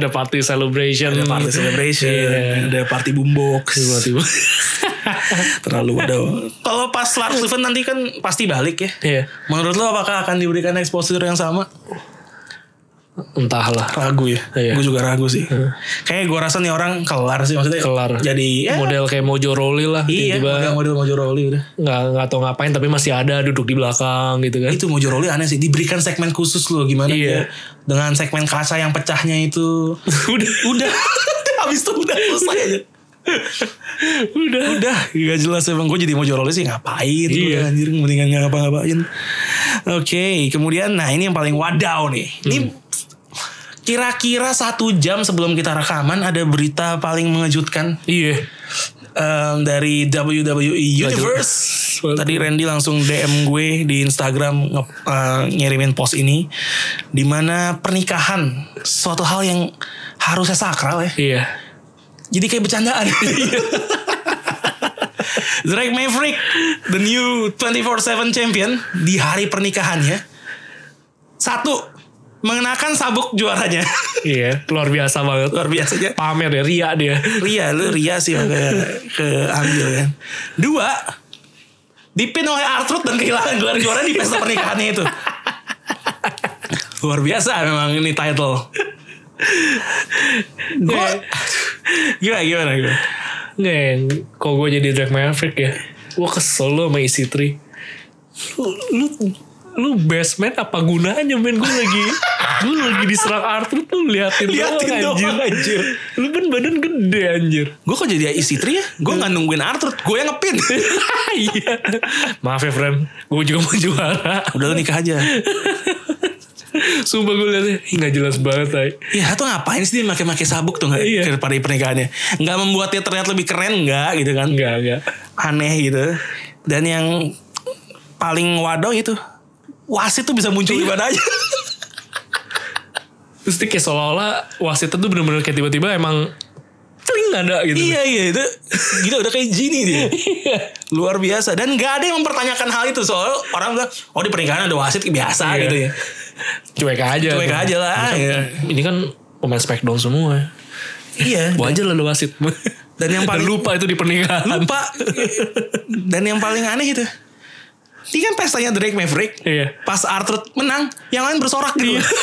C: ada party celebration.
A: ada party celebration
C: Iya.
A: ada party boombox
C: Tiba-tiba.
A: terlalu ada kalau pas Lars Sullivan nanti kan pasti balik ya
C: Iya.
A: menurut lo apakah akan diberikan exposure yang sama
C: Entahlah.
A: ragu ya
C: Iya.
A: gue juga ragu sih kayaknya gue rasa nih orang kelar sih maksudnya
C: Kelar.
A: jadi ya,
C: Model kayak Mojo Rawley lah.
A: iya model
C: Tiba-tiba
A: model Mojo Rawley udah
C: nggak nggak tahu ngapain tapi masih ada duduk di belakang gitu kan.
A: itu Mojo Rawley aneh sih diberikan segmen khusus loh gimana
C: Iya.
A: dia dengan segmen kasa yang pecahnya itu
C: udah.
A: udah habis itu udah selesai aja
C: Udah.
A: udah gak jelas emang gue jadi Mojo Rawley sih ngapain
C: Iya.
A: gua, anjir mendingan gak ngapa-ngapain oke kemudian nah ini yang paling wadaw nih ini
C: Hmm.
A: kira-kira satu jam sebelum kita rekaman ada berita paling mengejutkan
C: Iya.
A: em, dari WWE Universe.
C: Waduh.
A: Tadi Randy langsung DM gue di Instagram nge- eh, ngirimin post ini, dimana pernikahan suatu hal yang harusnya sakral ya,
C: Iya.
A: jadi kayak bercandaan. Drake Maverick, the new 24/7 champion di hari pernikahannya. Satu, mengenakan sabuk juaranya.
C: Iya. Luar biasa banget.
A: Luar biasanya.
C: Pamer ya ria dia.
A: Ria lu Ria sih makanya keambil kan. Dua dipin oleh Artrud dan kehilangan gelar juara di pesta pernikahannya itu. Luar biasa memang ini title. Gue gimana gimana gimana.
C: Nih, ya, kok gue jadi Drake Maverick ya? Gue kesel lo sama isi tri. Lu, lu, lu best man apa gunanya men? Gue lagi, gue lagi diserang Arthur tuh liatin,
A: Liatin doang, anjir.
C: Lu kan badan gede anjir.
A: Gue kok jadi istri ya? Gue nggak nungguin Artrud, gue yang ngepin.
C: Iya. Maaf ya friend, gue juga mau juara.
A: Udah lu nikah aja.
C: Sumpah gue liatnya, ih, nggak jelas banget ay.
A: Ya tuh ngapain sih dia pakai-pakai sabuk tuh nggak
C: Iya.
A: iya. pada pernikahannya? Nggak membuat dia terlihat lebih keren nggak gitu kan?
C: Enggak, enggak.
A: aneh gitu dan yang paling waduh itu wasit tuh bisa muncul di mana aja
C: Iya. Terus dia kayak seolah-olah wasit itu bener-bener kayak tiba-tiba emang Celing ada gitu.
A: iya iya itu gila udah kayak genie dia Iya. luar biasa dan gak ada yang mempertanyakan hal itu soal orang bilang oh di pernikahan ada wasit biasa
C: Iya.
A: gitu ya
C: Cuek aja.
A: cuek
C: tuh.
A: aja lah iya.
C: Ini kan pemain Smackdown semua.
A: iya
C: Wajar lah lu wasit.
A: Dan yang paling-
C: lupa itu di pernikahan.
A: lupa dan yang paling aneh itu ini kan pestanya Drake Maverick
C: Iya.
A: pas Arthur menang yang lain bersorak gitu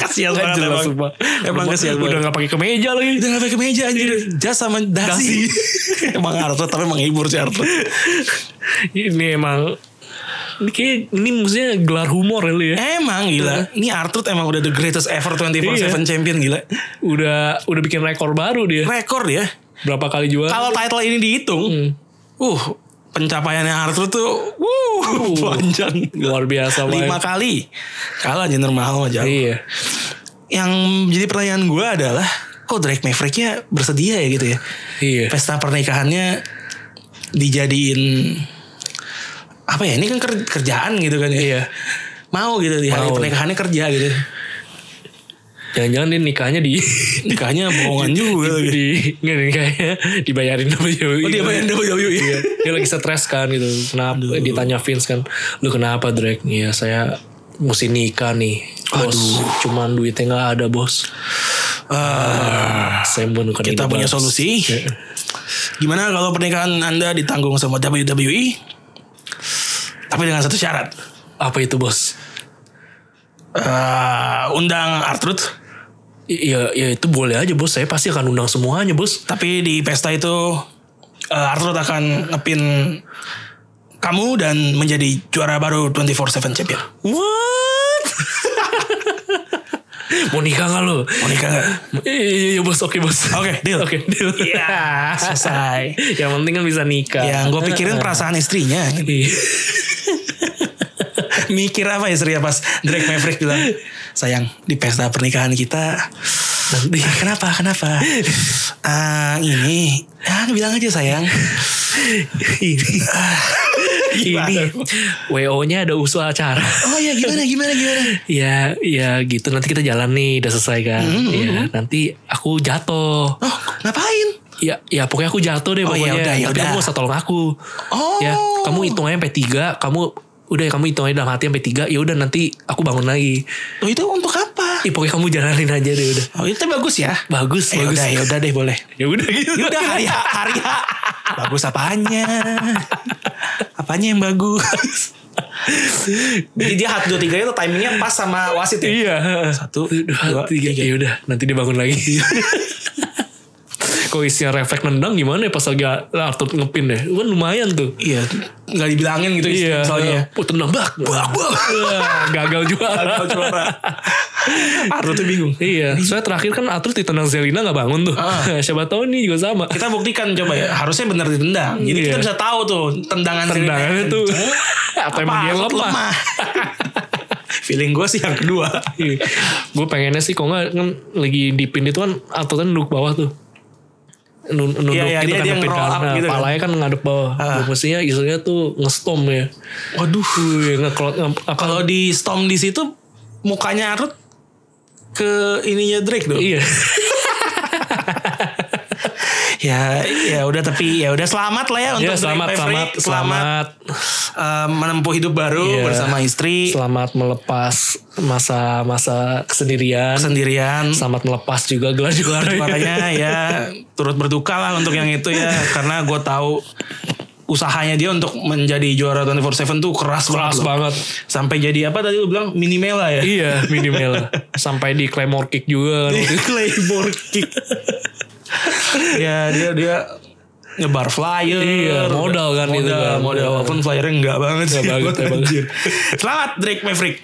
A: kasihan
C: Nggak
A: banget
C: jelas,
A: emang
C: sumpah.
A: Iya, emang
C: Udah-
A: kasihan banget
C: Udah gak pakai kemeja lagi.
A: Udah gak pakai meja anjir Jas sama dasi, Emang Arthur tapi emang hibur sih Arthur
C: Ini emang ini kayak ini maksudnya gelar humor ya lu ya.
A: Emang gila Ini Arthur emang udah the greatest ever 24-7
C: Iya.
A: champion gila
C: Udah udah bikin rekor baru dia.
A: Rekor ya
C: Berapa kali juara? Hmm.
A: Kalau title ini dihitung Uh Pencapaiannya Arthur tuh Wuh Panjang
C: Uh. luar biasa
A: Lima
C: banget.
A: kali Kalah Jinder Mahal aja
C: Iya.
A: Yang jadi pertanyaan gue adalah Kok Drake Mavericknya bersedia ya gitu ya
C: Iya.
A: pesta pernikahannya dijadiin apa ya ini kan ker- kerjaan gitu kan ya
C: Iya.
A: mau gitu di hari
C: Mau.
A: pernikahannya kerja gitu
C: Jangan-jangan dia nikahnya di
A: nikahnya bohongan juga lagi
C: di nggak dia nikahnya dibayarin WWE.
A: oh dia bayar WWE
C: Iya, dia lagi stres kan gitu. Kenapa? Ditanya Vince kan, lu kenapa Drake? Iya, saya mesti nikah nih. Bos, cuman duitnya nggak ada bos.
A: Ah,
C: Saya bunuh
A: kita punya solusi
C: Iya.
A: gimana kalau pernikahan anda ditanggung sama WWE tapi dengan satu syarat
C: Apa itu bos?
A: Eh, undang Artrud
C: I- Iya, ya itu boleh aja bos. Saya pasti akan undang semuanya bos.
A: tapi di pesta itu eh, Artrud akan ngepin kamu dan menjadi juara baru 24/7 champion.
C: What? Mau nikah nggak lu?
A: Mau nikah nggak?
C: Iya, iya, iya, bos. Oke bos.
A: Oke, deal.
C: Oke deal.
A: Iya, selesai.
C: Yang penting kan bisa nikah.
A: Yang gue pikirin perasaan istrinya.
C: Iya.
A: Mikir apa istrinya pas Drake Maverick bilang, sayang di pesta pernikahan kita nanti kenapa kenapa Ah, ini ah bilang aja sayang ini
C: ini WO-nya ada usul acara.
A: oh ya gimana gimana gimana
C: Ya, ya gitu. Nanti kita jalan nih, udah selesai kan.
A: Hmm.
C: Ya, nanti aku jatuh.
A: oh ngapain
C: Ya, ya pokoknya aku jatuh deh
A: Oh,
C: pokoknya.
A: ya udah, ya
C: Tapi
A: udah.
C: kamu gak usah tolong aku.
A: Oh.
C: Ya, kamu hitung aja sampai 3, kamu udah ya, kamu hitung aja dalam hati sampai 3, ya udah nanti aku bangun lagi.
A: oh itu untuk apa
C: Ya pokoknya kamu jalanin aja deh udah.
A: oh itu bagus ya
C: Bagus,
A: Eh,
C: bagus.
A: udah ya udah deh boleh
C: Ya udah gitu.
A: ya udah hari H- hari H. bagus apanya apanya yang bagus jadi dia satu dua tiga itu timingnya pas sama wasit ya
C: Iya.
A: Satu, dua,
C: dua, tiga.
A: tiga.
C: Ya udah, nanti dia bangun lagi. Kok isinya refleks nendang gimana ya pas lagi Arthur ngepin deh. Kan lumayan tuh.
A: iya nggak dibilangin gitu
C: Iya.
A: soalnya
C: Oh, tendang bak, bak, bak. Wah, Gagal juara.
A: Gagal juara. Arthur Iya. tuh bingung.
C: Iya, soalnya terakhir kan Arthur ditendang Zelina gak bangun tuh.
A: Ah.
C: Siapa tahu nih juga sama.
A: kita buktikan coba ya harusnya benar ditendang jadi kita
C: Iya.
A: bisa tahu tuh tendangan
C: Tendangannya
A: Zidane.
C: tuh. Atau emang dia
A: Arthur
C: lemah.
A: feeling gue sih yang kedua
C: gue Iya. pengennya sih kok nggak kan lagi dipin itu kan Arthur kan duduk bawah tuh. Nun- Nunduk
A: Iya, iya,
C: gitu
A: dia-
C: kan
A: dia
C: ngepin
A: nge-roll up
C: karena
A: gitu kan.
C: palanya kan ngadep bawah.
A: Ah.
C: Mestinya isinya tuh ngestom ya.
A: waduh
C: Wih, ngeklot nge- apa?
A: kalau di storm di situ mukanya Arthur ke ininya Drake dong
C: Iya.
A: ya ya udah tapi ya udah selamat lah ya untuk
C: Iya, selamat,
A: Drake
C: selamat,
A: Maverick.
C: selamat,
A: eh, menempuh hidup baru
C: Iya.
A: bersama istri
C: selamat melepas masa-masa kesendirian.
A: sendirian
C: Selamat melepas juga gelar juara.
A: makanya ya turut berduka lah untuk yang itu ya karena gue tahu usahanya dia untuk menjadi juara 24/7 tuh keras,
C: Keras
A: banget, loh.
C: banget.
A: sampai jadi apa tadi lu bilang minimela ya
C: Iya minimal sampai di Claymore kick juga kan waktu itu.
A: Claymore kick ya dia dia nyebar flyer
C: Iya, modal kan
A: modal,
C: itu kan.
A: modal
C: Iya.
A: walaupun flyernya enggak banget sih
C: Nggak banget, emang.
A: Anjir. selamat Drake Maverick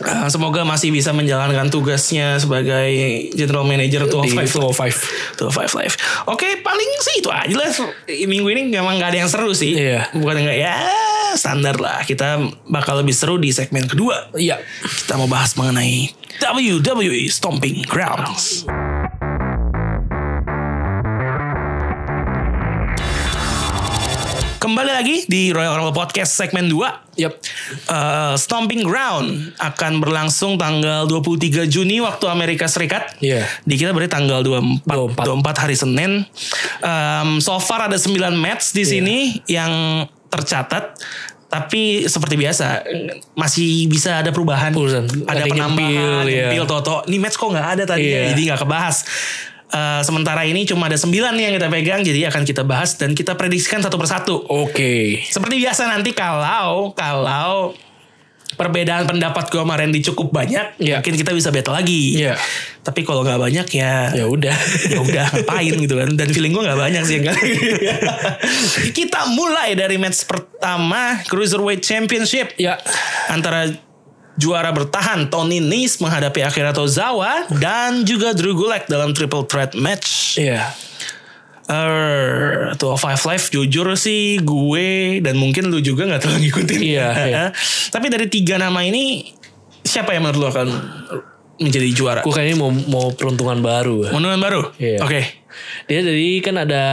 A: Eh, Semoga masih bisa menjalankan tugasnya sebagai general manager tuh
C: di 205.
A: Tuh Five Live. Oke, paling sih itu aja lah. Minggu ini memang nggak ada yang seru sih.
C: Iya.
A: Bukan nggak ya standar lah. Kita bakal lebih seru di segmen kedua.
C: Iya.
A: Kita mau bahas mengenai WWE Stomping Grounds. Kembali lagi di Royal Rumble Podcast segmen 2
C: Yap.
A: Eh, Stomping Ground akan berlangsung tanggal 23 Juni waktu Amerika Serikat.
C: Iya.
A: Di kita berarti tanggal 24 24,
C: 24.
A: hari Senin. Em, so far ada 9 match
C: Iya.
A: di sini yang tercatat. Tapi seperti biasa masih bisa ada perubahan.
C: Perubahan.
A: Ada
C: Ada yang
A: penambahan,
C: nyempil, iya.
A: nyempil, Toto. Ini match kok nggak ada tadi ya?
C: Iya.
A: jadi nggak kebahas. Eh, sementara ini cuma ada 9 nih yang kita pegang jadi akan kita bahas dan kita prediksikan satu persatu.
C: Oke.
A: Seperti biasa nanti kalau kalau perbedaan pendapat gue sama Randy cukup banyak,
C: Iya.
A: mungkin kita bisa battle lagi.
C: Iya.
A: Tapi kalau nggak banyak ya
C: Ya udah.
A: ya udah ngapain gitu kan dan feeling gue nggak banyak sih yang kali ini. kita mulai dari match pertama cruiserweight championship
C: Ya.
A: antara juara bertahan Tony Nese menghadapi Akira Tozawa dan juga Drew Gulak dalam triple threat match
C: Iya.
A: Er, tuh Five Live jujur sih gue dan mungkin lu juga nggak terlalu ngikutin.
C: Iya, iya.
A: Tapi dari tiga nama ini siapa yang menurut lu akan menjadi juara?
C: Gue kayaknya mau mau peruntungan baru.
A: Monumen baru.
C: Iya.
A: Oke.
C: Dia dari kan ada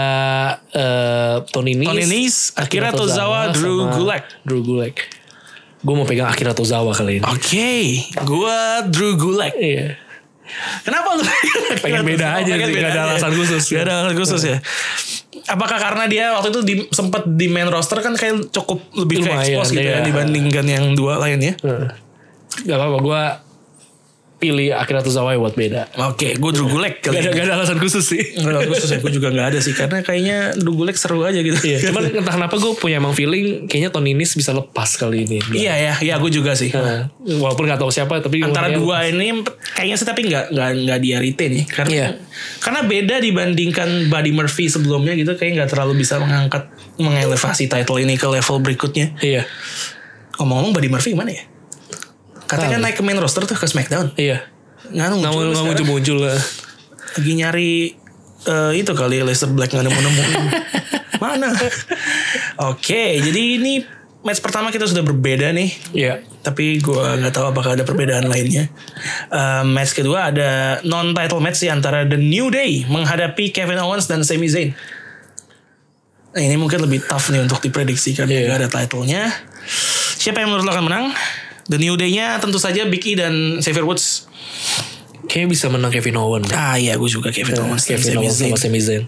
C: eh Tony Nis,
A: Tony Nese, Akira Tozawa, Drew
C: sama
A: Gulak.
C: Drew Gulak. Gue mau pegang Akira Tozawa kali ini.
A: Oke, gue Drew Gulak.
C: Iya.
A: Kenapa lu
C: Pengen beda aja
A: Pengen
C: sih,
A: beda
C: nggak ada
A: aja.
C: alasan khusus.
A: Nggak ada alasan khusus ya. Apakah karena dia waktu itu di, sempat di main roster kan kayak cukup lebih ke
C: Lumayan,
A: expose gitu ya
C: iya.
A: dibandingkan yang dua lainnya?
C: Heeh. Gak apa-apa gue pilih Akira Tozawa ya buat beda.
A: Oke, gue Drew Gulak. kali ya.
C: Gak ada,
A: ini.
C: gak ada alasan khusus sih.
A: Enggak khusus ya, gue juga gak ada sih Karena kayaknya Dugulek seru aja gitu
C: Iya, cuman entah kenapa gue punya emang feeling kayaknya Tony Nis bisa lepas kali ini.
A: Iya ya, iya gue juga sih
C: Nah, walaupun gak tahu siapa tapi
A: Antara
C: gua
A: dua ini kayaknya sih tapi gak, nggak nggak dia retain ya Karena,
C: Iya.
A: karena beda dibandingkan Buddy Murphy sebelumnya gitu Kayaknya gak terlalu bisa mengangkat Mengelevasi title ini ke level berikutnya
C: Iya.
A: Ngomong-ngomong Buddy Murphy gimana ya? Katanya kan naik ke main roster tuh ke Smackdown
C: Iya.
A: Nggak muncul
C: Nggak mau nggak
A: sekarang.
C: muncul muncul lah.
A: Lagi nyari eh, itu kali Lester Black nggak nemu nemu mana oke jadi ini match pertama kita sudah berbeda nih.
C: Iya.
A: Tapi gue nggak tahu apakah ada perbedaan lainnya. Eh, match kedua ada non title match sih antara The New Day menghadapi Kevin Owens dan Sami Zayn. Nah, ini mungkin lebih tough nih untuk diprediksi karena
C: Iya.
A: nggak ada titlenya. Siapa yang menurut lo akan menang? The New Day-nya tentu saja Big E dan Xavier Woods.
C: Kayaknya bisa menang Kevin Owens.
A: Ah iya, gue juga Kevin Owens dan
C: Kevin
A: Sami
C: Owens
A: Zayn.
C: sama Sami Zayn.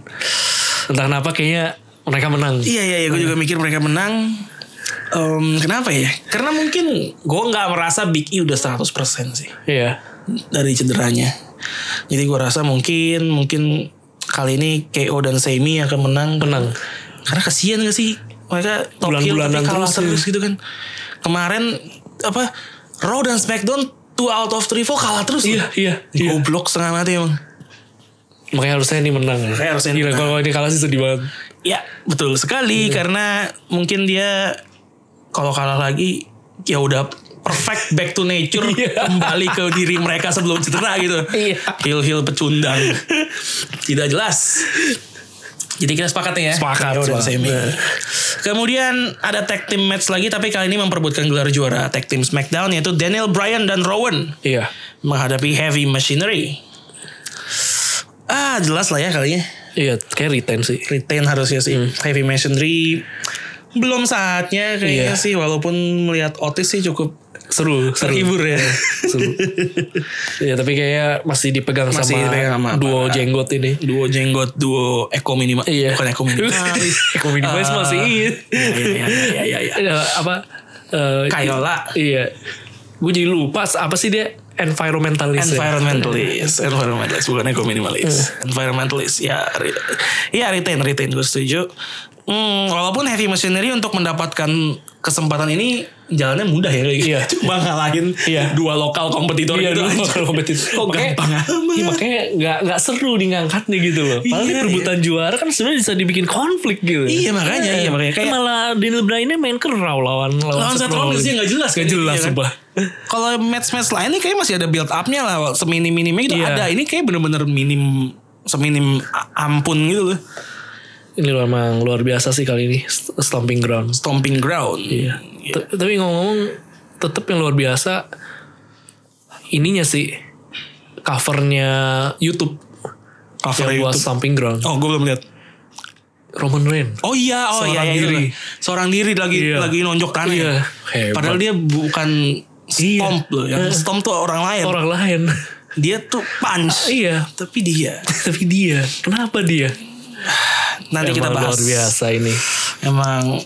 C: Entah kenapa kayaknya mereka menang.
A: Iya iya, iya gue juga mikir mereka menang. Em, kenapa ya? Karena mungkin gue nggak merasa Big E udah 100% sih
C: Iya.
A: dari cederanya. Jadi gue rasa mungkin mungkin kali ini KO dan Semi akan menang.
C: Menang.
A: Karena kasihan gak sih mereka top heel
C: Bulan-bulanan
A: tapi kalah
C: terus,
A: terus gitu kan. Kemarin apa Raw dan SmackDown two out of three four kalah terus.
C: Iya,
A: loh.
C: iya, iya.
A: Goblok setengah mati emang.
C: Makanya harusnya ini menang.
A: Makanya harusnya ini
C: Gila,
A: menang.
C: kalau ini kalah sih sedih banget.
A: Ya betul sekali karena mungkin dia kalau kalah lagi ya udah perfect back to nature
C: Iya.
A: kembali ke diri mereka sebelum cedera gitu.
C: Iya.
A: Heel heel pecundang. Tidak jelas. Jadi kita sepakat nih ya. Leo
C: Sepakat,
A: dan
C: sepakat.
A: Semi. Kemudian ada tag team match lagi tapi kali ini memperebutkan gelar juara tag team SmackDown yaitu Daniel Bryan dan Rowan
C: Iya.
A: menghadapi Heavy Machinery. Ah jelas lah ya kali ini
C: Iya, kayak retain sih.
A: retain harusnya sih
C: Hmm.
A: heavy masonry belum saatnya kayaknya
C: Iya.
A: sih walaupun melihat Otis sih cukup
C: Seru, seru.
A: terhibur ya
C: Seru. Iya, tapi kayaknya masih dipegang
A: Masih
C: sama,
A: dipegang sama
C: duo
A: para-
C: jenggot ini.
A: duo jenggot duo eko minimal
C: Iya.
A: bukan eko minimalis
C: Eko minimalis
A: Eh,
C: masih
A: iya,
C: iya.
A: iya, iya, iya.
C: Ada apa? eh,
A: Kayola.
C: Iya. Gue jadi lupa apa sih dia environmentalist. Eh. ya?
A: environmentalist environmentalist bukan eko minimalis environmentalist ya re- ya retain retain gue setuju Hmm, walaupun heavy machinery untuk mendapatkan kesempatan ini jalannya mudah ya kayak
C: Iya.
A: cuma ngalahin
C: Iya.
A: dua lokal kompetitor
C: Iya
A: gitu
C: dong,
A: aja.
C: kalau kompetitif. Kok
A: Gampang
C: makanya,
A: amat. ya?
C: iya, makanya nggak nggak seru nih ngangkatnya gitu loh.
A: Iya,
C: Padahal ini rebutan juara kan sebenarnya bisa dibikin konflik gitu.
A: Iya, makanya, iya, makanya.
C: Kan
A: Kayak-
C: malah Daniel Bryan-nya main kerau lawan
A: lawan Seth Rollins dia nggak jelas kan
C: Nggak jelas,
A: Iya kan?
C: sumpah.
A: Kalau match-match lainnya kayak masih ada build up-nya lah seminim minimnya gitu
C: Iya.
A: ada. Ini kayak bener-bener minim seminim a- ampun gitu loh.
C: Ini memang luar biasa sih kali ini st- stomping ground.
A: Stomping ground.
C: Iya. T- Tapi ngomong-ngomong tetap yang luar biasa ininya sih covernya YouTube
A: Cover
C: yang
A: YouTube.
C: buat stomping ground
A: Oh, gue belum lihat.
C: Roman Reigns.
A: Oh iya, oh iya,
C: Seorang
A: iya, itu
C: diri.
A: lah. Seorang diri lagi
C: Iya.
A: lagi nonjok tanah.
C: Iya. Hebat. Iya.
A: Padahal dia bukan stomp loh, yang stomp tuh orang lain.
C: Orang lain.
A: Dia tuh punch.
C: iya.
A: Tapi dia.
C: Tapi dia, kenapa dia?
A: Nanti kita
C: Emang
A: bahas.
C: luar biasa ini.
A: emang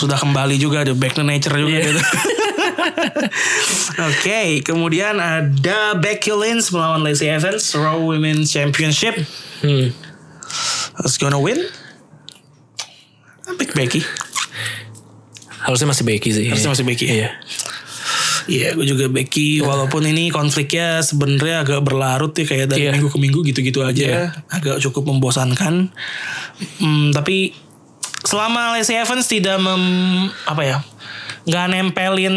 A: sudah kembali juga ada back to nature juga
C: Iya.
A: gitu. Oke, kemudian ada Becky Lynch melawan Lacey Evans Raw Women's Championship.
C: Hmm.
A: Who's gonna win? I pick Becky.
C: Harusnya masih Becky sih.
A: Harusnya masih Becky.
C: Iya.
A: Iya, gue juga Becky. Walaupun ini konfliknya sebenarnya agak berlarut ya kayak dari
C: Iya.
A: minggu ke minggu gitu-gitu aja, ya.
C: Iya.
A: agak cukup membosankan. Hmm, tapi selama Lacey Evans tidak mem apa ya, nggak nempelin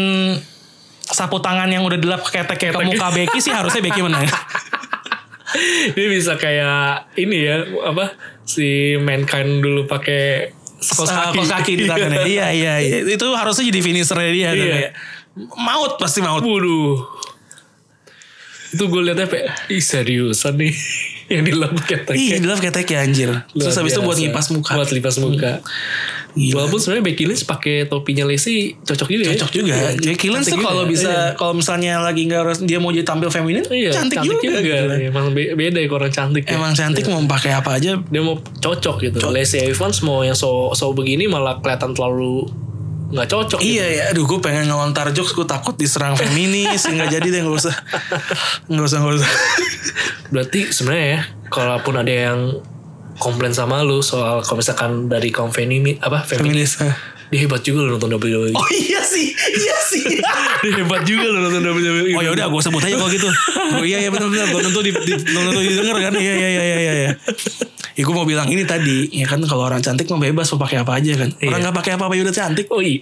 A: sapu tangan yang udah dilap ketek-ketek gitu. ke muka Becky sih harusnya Becky menang.
C: Dia bisa kayak ini ya, apa si Mankind dulu pakai kaos
A: Eh,
C: kaki.
A: Kos kaki di tangannya. iya, iya, iya. Itu harusnya jadi finishernya dia. tuh,
C: Iya.
A: kayak, Maut pasti maut.
C: Waduh. Itu gue liatnya kayak, ih seriusan nih. Yang dilap ketek.
A: Ih, dilap ketek ya anjir. Terus habis itu buat ngipas muka.
C: Buat lipas muka.
A: Gila.
C: Walaupun sebenarnya Becky Lynch pakai topinya Lacey cocok juga ya.
A: cocok juga. Jadi Killens tuh
C: Cantik
A: kalau
C: juga.
A: bisa kalau misalnya lagi nggak harus dia mau jadi tampil feminin,
C: Iya,
A: cantik, juga. Gila.
C: Emang be- beda ya orang cantik. ya.
A: Emang cantik mau pakai apa aja
C: dia mau cocok gitu. Lacey Evans mau yang so so begini malah kelihatan terlalu nggak cocok. gitu.
A: Iya ya, aduh gue pengen ngelontar jokes, gue takut diserang feminis, nggak jadi deh nggak usah, nggak usah nggak usah.
C: Berarti sebenarnya ya, kalaupun ada yang komplain sama lu soal kalau misalkan dari kaum femini apa feminis,
A: Feminis.
C: dia hebat juga lo nonton E. WWE.
A: Oh iya sih, iya sih.
C: Dia hebat juga lo nonton WWE.
A: Oh yaudah gue sebut aja kalau gitu. Oh, iya iya benar benar, gue tentu di, di tentu didengar kan, iya iya iya iya. iya. Ya, gue mau bilang ini tadi, ya kan kalau orang cantik mau bebas mau pakai apa aja kan. Orang
C: Iya.
A: nggak pakai apa-apa ya udah cantik.
C: Oh iya.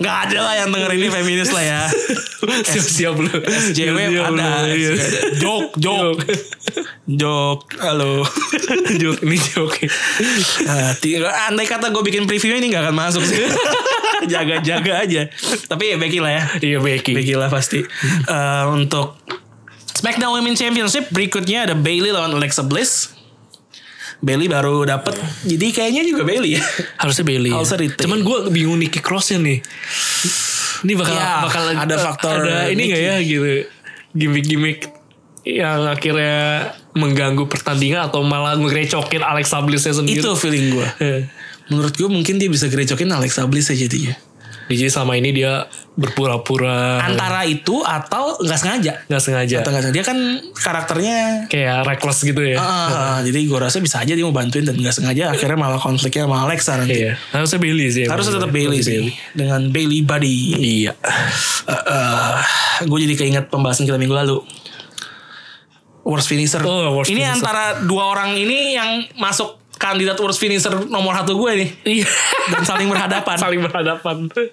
A: nggak ada lah yang denger ini feminis lah ya.
C: Siap-siap lu.
A: SJW
C: Siap-siap
A: ada.
C: lu, iya.
A: Jok, jok, jok. Halo.
C: Joke ini joke.
A: Ah, tiga- andai kata gue bikin previewnya ini nggak akan masuk sih. Jaga-jaga aja. Tapi ya Becky lah ya.
C: Iya Becky.
A: Becky lah pasti. Eh, untuk SmackDown Women Championship berikutnya ada Bailey lawan Alexa Bliss. Bailey baru dapet. Jadi kayaknya juga Bailey ya.
C: Harusnya Bailey. ya.
A: Harusnya Rita.
C: Cuman gue bingung Nikki Crossnya nih. Ini bakal
A: Ya,
C: Iya, bakal
A: ada faktor
C: ada ini nggak ya gitu gimmick-gimmick yang akhirnya mengganggu pertandingan atau malah ngerecokin Alexa Blissnya sendiri.
A: Itu feeling gue.
C: Eh.
A: Menurut gue mungkin dia bisa gerecokin Alexa Bliss aja jadinya.
C: Jadi selama ini dia berpura-pura
A: Antara itu atau nggak sengaja.
C: nggak sengaja.
A: Atau nggak sengaja. Dia kan karakternya
C: Kayak reckless gitu ya.
A: Ah, jadi gue rasa bisa aja dia mau bantuin dan nggak sengaja akhirnya malah konfliknya sama Alexa nanti.
C: Iya. Harusnya Bailey sih. emang.
A: Harusnya tetap Bailey sih dengan Bailey Buddy.
C: Iya.
A: gue jadi keinget pembahasan kita minggu lalu. Worst finisher.
C: Oh, worst
A: ini
C: finisher.
A: antara dua orang ini yang masuk kandidat worst finisher nomor satu gue nih
C: Iya.
A: dan saling berhadapan.
C: Saling berhadapan. Eh.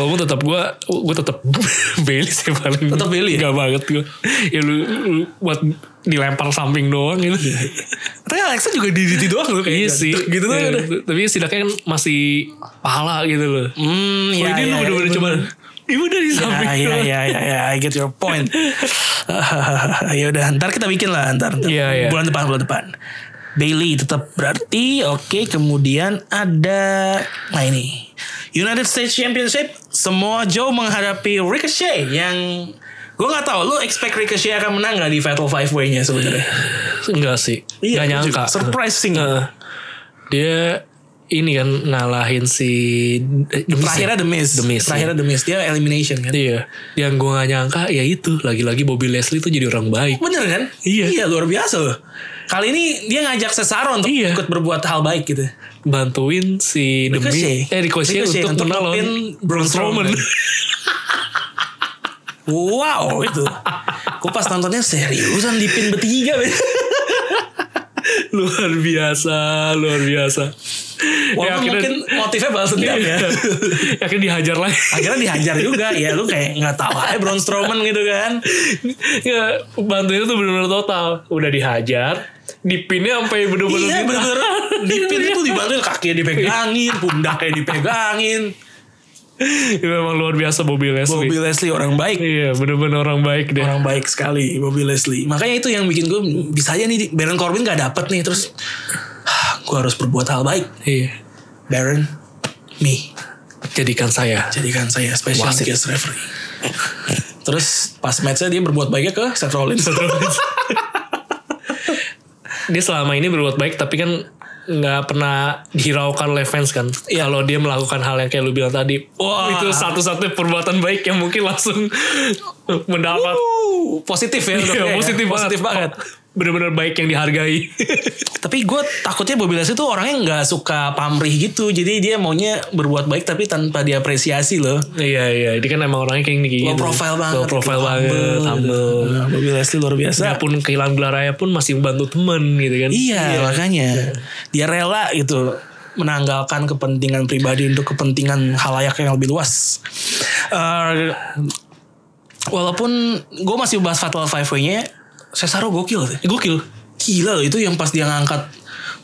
C: Walaupun tetap gue, gue tetap Bailey sih paling.
A: Tetap Bailey ya?
C: Gak banget gue. Ya lu, lu buat dilempar samping doang
A: Iya,
C: gitu.
A: Tapi Alexa juga di DDT doang loh kayaknya.
C: iya sih.
A: Gitu tuh.
C: Iya,
A: udah.
C: Tapi setidaknya kan masih pahala gitu loh.
A: Hmm,
C: Oh,
A: ya, ya, ya,
C: ini lu bener-bener
A: bener.
C: cuman. Ibu dari samping
A: Ya, ya,
C: doang.
A: ya, ya, ya, I get your point. ya udah, ntar kita bikin lah, ntar, ntar.
C: Iya, iya.
A: bulan depan, bulan depan. Bailey tetap berarti, oke. kemudian ada, nah ini United States Championship. Semua Joe menghadapi Ricochet yang gue nggak tahu. Lu expect Ricochet akan menang nggak di Fatal Five Way-nya sebenarnya?
C: Enggak sih.
A: Iya,
C: Nggak
A: gua
C: nyangka.
A: juga. Surprising.
C: Heeh. dia ini kan ngalahin si eh, The Miz ya?
A: Terakhirnya The Miz.
C: The iya. Miz,
A: Terakhirnya The Miz. Dia elimination kan.
C: Iya. Yang gue gak nyangka ya itu lagi-lagi Bobby Leslie tuh jadi orang baik.
A: Bener kan?
C: Iya.
A: luar biasa loh. Kali ini dia ngajak Cesaro untuk
C: Iya.
A: ikut berbuat hal baik gitu.
C: Bantuin si The Miz- eh Ricochet, untuk, menolong
A: ngepin Braun Strowman. wow itu. Gue pas nontonnya seriusan dipin bertiga. men.
C: luar biasa, luar biasa. Ya,
A: Walaupun
C: akhirnya-
A: mungkin motifnya balas dendam ya.
C: Ya, akhirnya dihajar lagi.
A: Akhirnya dihajar juga. Ya lu kayak gak tahu aja Braun Strowman gitu kan.
C: ya, bantuin tuh bener-bener total. Udah dihajar, dipinnya sampai bener-bener
A: Iya
C: gitu.
A: bener-bener. Dipin itu dibantuin kakinya dipegangin. Pundaknya dipegangin.
C: Itu memang luar biasa Bobby Leslie.
A: Bobby Leslie orang baik.
C: Iya, bener-bener orang baik deh.
A: orang baik sekali Bobby Leslie makanya itu yang bikin gue bisa aja nih Baron Corbin gak dapet nih terus "Hah, gue harus berbuat hal baik
C: Iya.
A: Baron me
C: Jadikan saya.
A: jadikan saya special
C: Wasit.
A: guest referee terus pas matchnya dia berbuat baiknya ke Seth Rollins
C: dia selama ini berbuat baik tapi kan nggak pernah dihiraukan oleh fans kan kalau dia melakukan hal yang kayak lu bilang tadi
A: Iya. Wah.
C: itu satu-satunya perbuatan baik yang mungkin langsung mendapat
A: Wuh, positif ya
C: Iya,
A: udah ya,
C: positif,
A: positif banget
C: bener-bener baik yang dihargai
A: tapi gue takutnya Bobby Leslie tuh orangnya nggak suka pamrih gitu jadi dia maunya berbuat baik tapi tanpa diapresiasi loh
C: iya iya dia kan emang orangnya kayak gini
A: low profile banget
C: low profile
A: gitu,
C: banget humble
A: gitu. Nah, Bobby Leslie luar biasa
C: dia pun kehilangan gelar raya pun masih membantu temen gitu kan
A: Iya, makanya dia rela gitu menanggalkan kepentingan pribadi untuk kepentingan halayak yang lebih luas. Eh, walaupun gue masih bahas Fatal Five Way-nya, Cesaro gokil sih.
C: Eh, gokil
A: Gila loh itu yang pas dia ngangkat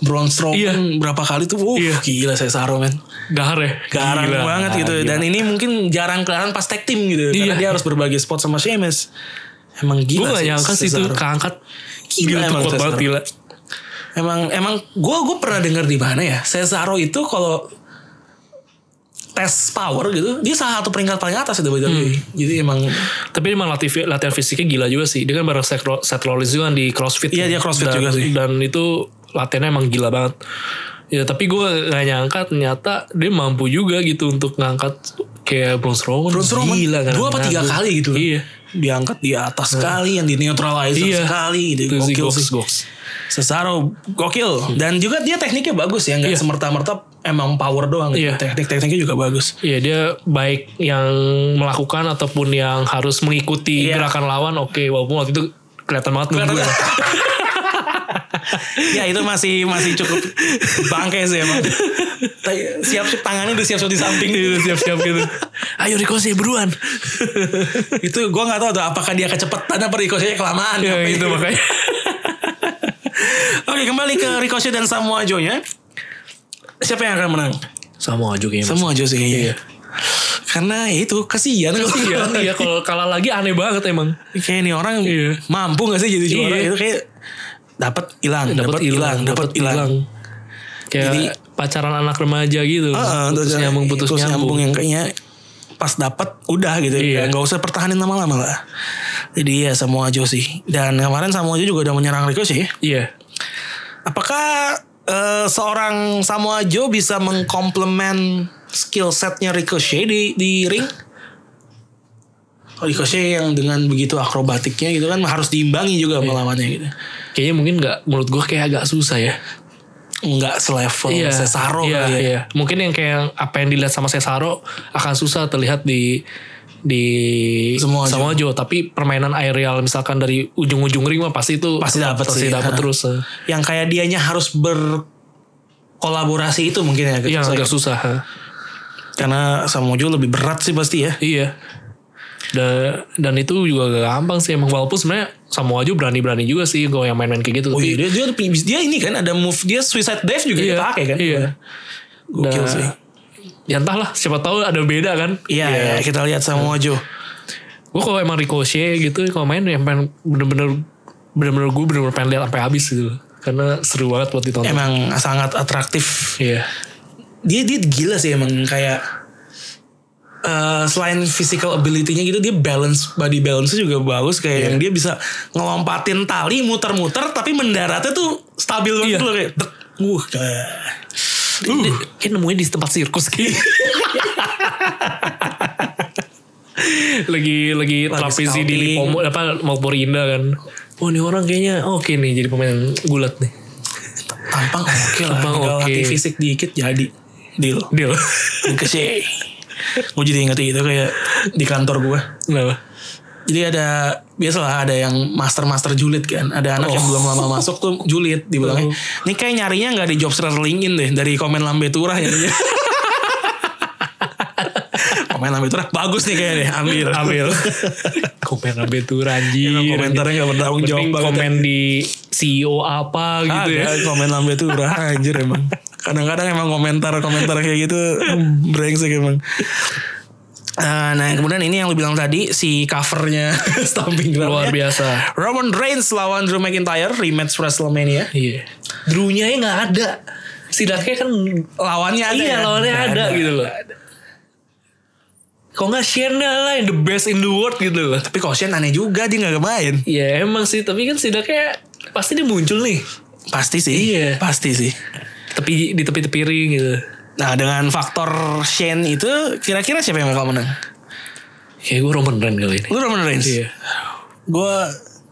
A: Braun Strowman
C: Iya.
A: berapa kali tuh, wuh
C: Iya.
A: gila Cesaro men.
C: gahar ya
A: Garang
C: Gila.
A: banget gitu. Dan ini mungkin jarang kelihatan pas tag team gitu. Karena
C: Iya.
A: dia harus berbagi spot sama Sheamus. Emang
C: gue
A: gila
C: gak nyangka sih itu
A: Cesaro.
C: keangkat
A: Gila
C: gila tuh
A: emang
C: kuat banget
A: Cesaro.
C: gila
A: Emang emang gue gue pernah dengar di mana ya Cesaro itu kalau tes power gitu dia salah satu peringkat paling atas itu WWE.
C: Hmm.
A: Jadi emang
C: Tapi emang latihan, latihan fisiknya gila juga sih. Dia kan bareng Seth, Ro- Seth Rollins juga kan di CrossFit.
A: Iya, dia CrossFit
C: Dan-
A: juga sih.
C: Dan itu latihannya emang gila banget. Ya tapi gue gak nyangka ternyata dia mampu juga gitu untuk ngangkat kayak Braun Strowman.
A: Braun Strowman
C: Gila kan.
A: dua apa tiga
C: Ngangkat.
A: kali gitu.
C: Iya.
A: Diangkat di atas sekali yang di neutralizer
C: Nah. Iya.
A: sekali gitu.
C: Itu sih
A: Gokil
C: goks,
A: sih.
C: goks.
A: Cesaro gokil dan juga dia tekniknya bagus ya nggak
C: Iya.
A: semerta-merta emang power doang. gitu.
C: Iya.
A: Teknik-tekniknya juga bagus.
C: Iya dia baik yang melakukan ataupun yang harus mengikuti
A: Iya.
C: Iya. gerakan lawan. Oke walaupun waktu itu kelihatan banget nunggu. ya.
A: ya itu masih masih cukup bangke sih emang. Siap tangannya udah siap-siap di samping.
C: Gitu, siap-siap gitu. Ayo Rikose beruan.
A: itu gua nggak tahu tuh apakah dia kecepetan apa Ricochetnya kelamaan.
C: ya
A: Apa
C: itu
A: itu.
C: makanya.
A: Oke kembali ke Ricochet dan Samoa Joe nya. Siapa yang akan menang?
C: Sama aja kayaknya.
A: Samoa Joe sih. Iya. Karena ya itu kasihan
C: Iya, iya kalau kalah lagi aneh banget emang.
A: kayak nih orang
C: Iya.
A: mampu gak sih jadi juara
C: Iya.
A: itu kayak dapat hilang, dapat hilang, dapat hilang.
C: Kayak
A: Jadi-
C: pacaran anak remaja gitu.
A: Heeh,
C: putus
A: terus- ya,
C: nyambung, putus,
A: terus
C: nyambung.
A: yang kayaknya pas dapat udah gitu
C: Iya.
A: ya nggak usah pertahanin lama-lama lah jadi ya Samoa Joe sih dan kemarin Samoa Joe juga udah menyerang Ricochet
C: Iya.
A: apakah eh, seorang Samoa Joe bisa mengkomplement skill setnya Ricochet di di ring Ricochet yang dengan begitu akrobatiknya gitu kan harus diimbangi juga
C: Iya.
A: sama lawannya gitu
C: Kayaknya mungkin nggak menurut gua kayak agak susah ya.
A: nggak selevel Oh, Cesaro
C: iya,
A: kali ya.
C: iya. Mungkin yang kayak apa yang dilihat sama Cesaro akan susah terlihat di di
A: Samoa Joe.
C: Samoa Joe. tapi permainan aerial misalkan dari ujung-ujung ring mah pasti itu
A: Pasti dapat sih,
C: pasti dapat
A: ha.
C: terus.
A: yang kayak dianya harus berkolaborasi itu mungkin ya agak
C: Iya,
A: susah.
C: agak susah. ha.
A: karena Samojo lebih berat sih pasti ya
C: Iya. Dan, dan itu juga gak gampang sih emang walaupun sebenarnya Samoa Joe berani-berani juga sih kalau yang main-main kayak gitu
A: Oh
C: tapi
A: iya, dia, dia dia ini kan ada move dia suicide dive juga
C: iya,
A: dipakai kan
C: Iya.
A: Gokil
C: Nah,
A: sih.
C: Ya entahlah, siapa tahu ada beda kan.
A: Iya, iya, kita lihat Samojo
C: Gue kalau emang ricochet gitu, kalau main ya pengen bener-bener bener-bener gue bener-bener pengen lihat sampai habis gitu. Karena seru banget buat ditonton.
A: emang sangat atraktif
C: Iya.
A: dia dia gila sih emang kayak eh, selain physical ability-nya gitu dia balance body balance juga bagus kayak
C: Iya.
A: yang dia bisa ngelompatin tali muter-muter tapi mendaratnya tuh stabil banget
C: Iya.
A: loh kayak tek, uh kayak-
C: Dia- Kayak nemuin di tempat sirkus gitu. kayak. lagi lagi trapezi
A: scouting.
C: di Lipomo apa Malboro Indah kan. Wah ini orang kayaknya oke nih jadi pemain gulat nih.
A: tampang oke lah
C: Tampang
A: tinggal
C: oke.
A: latih fisik dikit jadi deal
C: Deal.
A: Ricochet gue jadi inget itu kayak di kantor gue
C: Kenapa?
A: jadi ada biasalah ada yang master-master julid kan ada anak yang
C: Oh.
A: belum lama masuk tuh julid dibilangnya ini kayak nyarinya nggak di job search LinkedIn deh dari komen lambe turah ya. nyarinya komen lambe turah bagus nih kayaknya deh ambil
C: Ambil. komen apa itu anjir.
A: Emang komentarnya nggak bertanggung jawab
C: Mending
A: banget. ya.
C: komen di CEO apa gitu ya.
A: Ada komen lambe turah anjir emang kadang-kadang emang komentar-komentar kayak gitu hmm, brengsek emang Eh, nah kemudian ini yang lu bilang tadi si covernya stamping ground
C: Luar biasa.
A: Roman Reigns lawan Drew McIntyre rematch WrestleMania.
C: Iya. Drew-nya ya nggak ada. Si Dake kan
A: Lawannya ada.
C: iya
A: ya?
C: lawannya ada, gitu loh. Kok nggak Shayna lah yang the best in the world gitu loh.
A: Tapi kalau Shane aneh juga dia nggak main.
C: Ya emang sih, tapi kan si Dake pasti dia muncul nih.
A: Pasti sih.
C: Iya.
A: Pasti sih.
C: Tepi di tepi-tepi ring gitu.
A: Nah dengan faktor Shane itu kira-kira siapa yang bakal menang?
C: Kayak gue Roman Reigns kali ini.
A: Lu Roman Reigns.
C: Iya.
A: Gue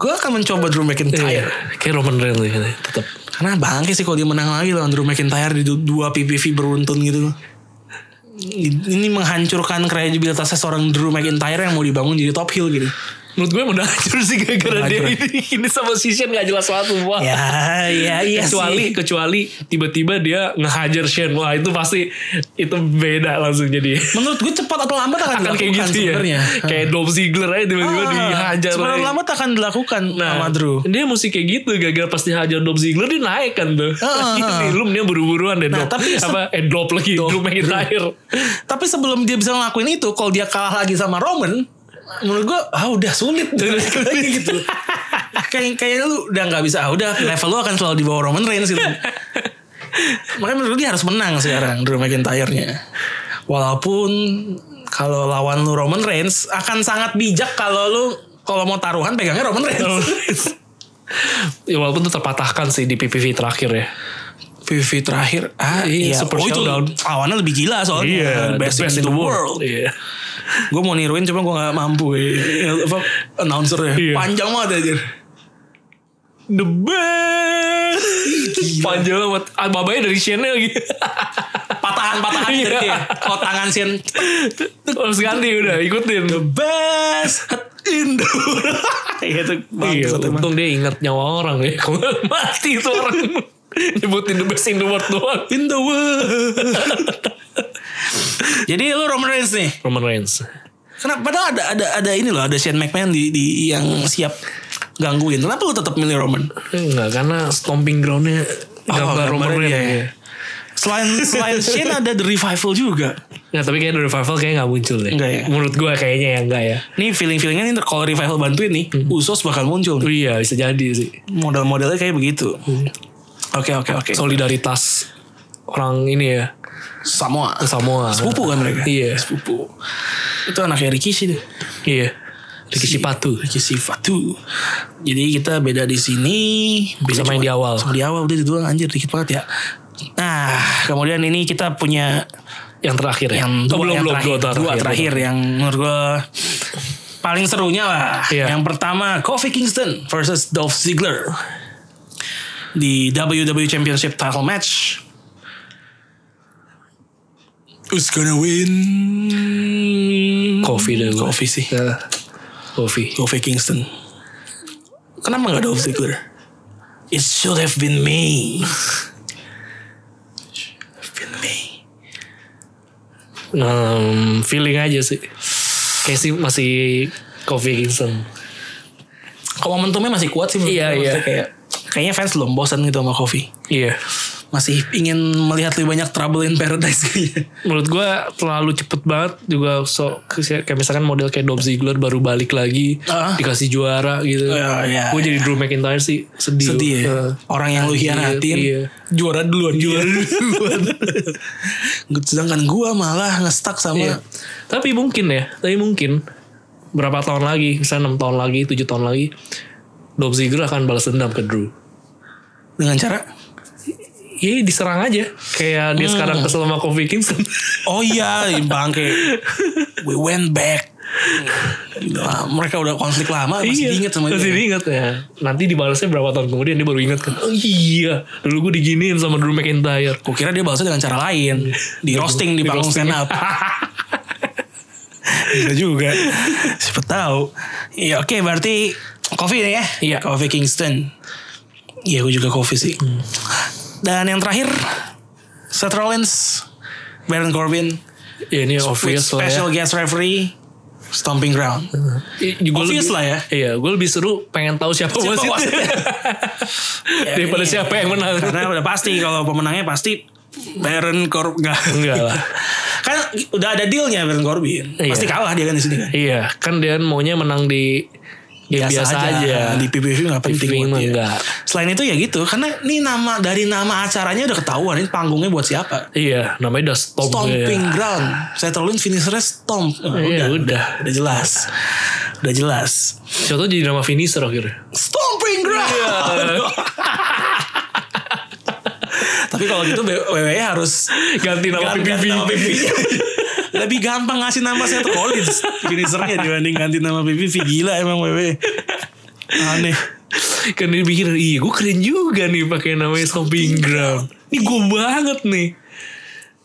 A: gue akan mencoba Drew
C: Iya.
A: McIntyre.
C: Kayak Roman Reigns sih kayaknya, tetap.
A: Karena bangke sih kalau dia menang lagi lawan Drew McIntyre di du- dua PPV beruntun gitu. Ini menghancurkan kredibilitasnya seorang Drew McIntyre yang mau dibangun jadi top heel gitu.
C: Menurut gue emang udah hancur sih gara-gara dia
A: Hancur.
C: ini, ini sama si Shane gak jelas banget semua.
A: Ya, ya, iya sih.
C: kecuali kecuali tiba-tiba dia ngehajar Shane wah itu pasti itu beda langsung jadi
A: Menurut gue cepat atau lambat akan,
C: akan kayak
A: dilakukan
C: gitu
A: sebenarnya.
C: ya kayak Dolph Ziggler aja tiba-tiba dihajar
A: Ah, Sebenarnya
C: aja.
A: lama tak akan dilakukan
C: Nah.
A: sama Drew.
C: dia mesti kayak gitu gara-gara pas dihajar Dolph Ziggler dia naik kan tuh
A: Ah, ah,
C: ini lu mendingan buru-buruan deh
A: Nah,
C: Dolph
A: tapi se-
C: apa eh Dolph lagi Dolph McIntyre
A: Tapi sebelum dia bisa ngelakuin itu, kalau dia kalah lagi sama Roman, menurut gua ah udah sulit lagi gitu. kayak kayak lu udah nggak bisa, ah, udah level lu akan selalu di bawah Roman Reigns gitu. Makanya menurut gue dia harus menang sekarang Drew McIntyre-nya. Walaupun kalau lawan lu Roman Reigns akan sangat bijak kalau lu kalau mau taruhan pegangnya Roman Reigns.
C: ya walaupun tuh terpatahkan sih di PPV terakhir ya
A: PV terakhir ah
C: Iya,
A: iya,
C: Super
A: oh, itu
C: Showdown.
A: lawannya lebih gila soalnya
C: Ah,
A: the Iya, best, in the world,
C: Iya.
A: gue mau niruin cuma gue gak mampu eh, apa announcernya
C: Iya.
A: panjang banget aja
C: The best. Panjang banget. Ah, babanya dari Shane lagi.
A: patahan patahan
C: Iya.
A: gitu ya kalau tangan sien
C: Harus ganti udah ikutin.
A: best Indur. itu
C: Iya,
A: bagus emang.
C: untung dia ingat nyawa orang ya. Kalau nggak mati itu orang. Nyebutin the best in the world doang.
A: In the world. Jadi lu Roman Reigns nih.
C: Roman Reigns. Eh,
A: Kenapa padahal ada ada ada ini loh, ada Shane McMahon di, di yang siap gangguin. Kenapa lu tetap milih Roman?
C: Enggak, karena stomping groundnya gambar Roman
A: Oh, gambarnya
C: Reigns.
A: dia
C: ya.
A: ya. Selain selain Shane ada The Revival juga.
C: Nggak, tapi kayaknya The Revival kayaknya nggak muncul deh.
A: Nggak ya?
C: Menurut gue kayaknya ya nggak ya.
A: Nih feeling-feelingnya nih kalau Revival bantuin nih,
C: Hmm.
A: Usos bakal muncul. nih.
C: Iya, bisa jadi sih.
A: Model-modelnya kayak begitu.
C: Hmm.
A: Oke oke oke.
C: Solidaritas orang ini ya.
A: Samoa.
C: Samoa.
A: Sepupu kan mereka?
C: Iya.
A: Sepupu. Itu anaknya Rikishi tuh.
C: Iya. Ricky Patu.
A: Ricky Sifatu. Jadi kita beda di sini.
C: Bisa main di awal.
A: Sama di awal udah itu doang anjir dikit banget ya. Nah, kemudian ini kita punya
C: Yang terakhir ya.
A: yang dua
C: Oh, belum,
A: yang
C: belum,
A: terakhir,
C: dua
A: dua terakhir yang menurut gua paling serunya lah.
C: Iya.
A: Yang pertama Kofi Kingston versus Dolph Ziggler di WWE Championship title match. Who's gonna win?
C: Kofi deh gua.
A: Kofi sih.
C: Ya. Kofi.
A: Kofi Kingston. Kenapa gak Dolph Ziggler? It should have been me. Should have been me.
C: Hmm, feeling aja sih. Kayak sih masih Kofi Kingston.
A: Kalau momentumnya masih kuat sih. menurut
C: Iya,
A: gue.
C: iya.
A: Maksudnya Kayak, kayaknya fans belum bosan gitu sama Kofi.
C: Iya.
A: Masih ingin melihat lebih banyak Trouble in Paradise kayaknya.
C: Menurut gue terlalu cepet banget juga so kayak misalkan model kayak Dolph Ziggler baru balik lagi
A: Ah.
C: dikasih juara gitu.
A: Ya, ya,
C: gue jadi Drew McIntyre sih sedih.
A: Sedih ya.
C: Eh,
A: Orang yang lu
C: Iya,
A: hianatin.
C: iya.
A: Juara duluan. Juara duluan. Sedangkan gua malah ngestak sama.
C: Iya. Tapi mungkin ya, tapi mungkin berapa tahun lagi, misalnya 6 tahun lagi, 7 tahun lagi, Dolph Ziggler akan balas dendam ke Drew.
A: Dengan cara.
C: Iya diserang aja Kayak
A: Hmm.
C: dia sekarang kesel sama Kofi Kingston
A: Oh iya bangke. We went back. Nah, mereka udah konflik lama masih diinget sama
C: Iya, Masih
A: dia.
C: diinget ya Nanti dibalasnya berapa tahun kemudian Dia baru inget kan Oh iya Dulu gue diginiin sama Drew McIntyre
A: Gue kira dia balasnya dengan cara lain, di roasting di
C: Iya. Di
A: panggung
C: roasting.
A: stand up. Bisa juga. Siapa tahu. Ya oke berarti Kofi nih ya.
C: Iya.
A: Kofi Kingston. Iya gue juga Kofi sih.
C: Hmm.
A: Dan yang terakhir Seth Rollins, Baron Corbin,
C: Ya ini
A: with
C: obvious lah ya
A: special guest referee, stomping ground.
C: I- gua
A: Obvious
C: lebih-
A: lah ya.
C: Iya gue lebih seru Pengen tahu siapa,
A: Siapa
C: wasitnya.
A: wasitnya. Ya,
C: Daripada
A: ini-
C: siapa yang menang
A: Karena udah pasti kalau pemenangnya pasti Baron Corbin enggak.
C: Enggak lah
A: kan udah ada dealnya Baron Corbin.
C: Iya.
A: Pasti kalah dia kan di sini kan.
C: Iya kan dia maunya menang di Game Ya, biasa, aja,
A: Di PPV nggak penting
C: PPV
A: buat dia.
C: enggak.
A: Selain itu ya gitu karena ini nama dari nama acaranya udah ketahuan ini panggungnya buat siapa.
C: Iya namanya udah stop
A: Stomping
C: ya.
A: ground. Saya terlalu finishernya stomp. Oh,
C: Iya, udah.
A: udah jelas. Udah jelas.
C: Siapa tahu jadi nama finisher akhirnya
A: Stomping ground.
C: Iya.
A: Iya. Tapi kalau gitu B- WWE harus
C: Ganti nama
A: ganti
C: PPV
A: nama PPV. Lebih gampang ngasih nama Seth Rollins finishernya dibanding ganti nama PPV gila emang WWE. Aneh.
C: kan dia pikir iya gue keren juga nih pakai namanya stomping ground ini gue banget nih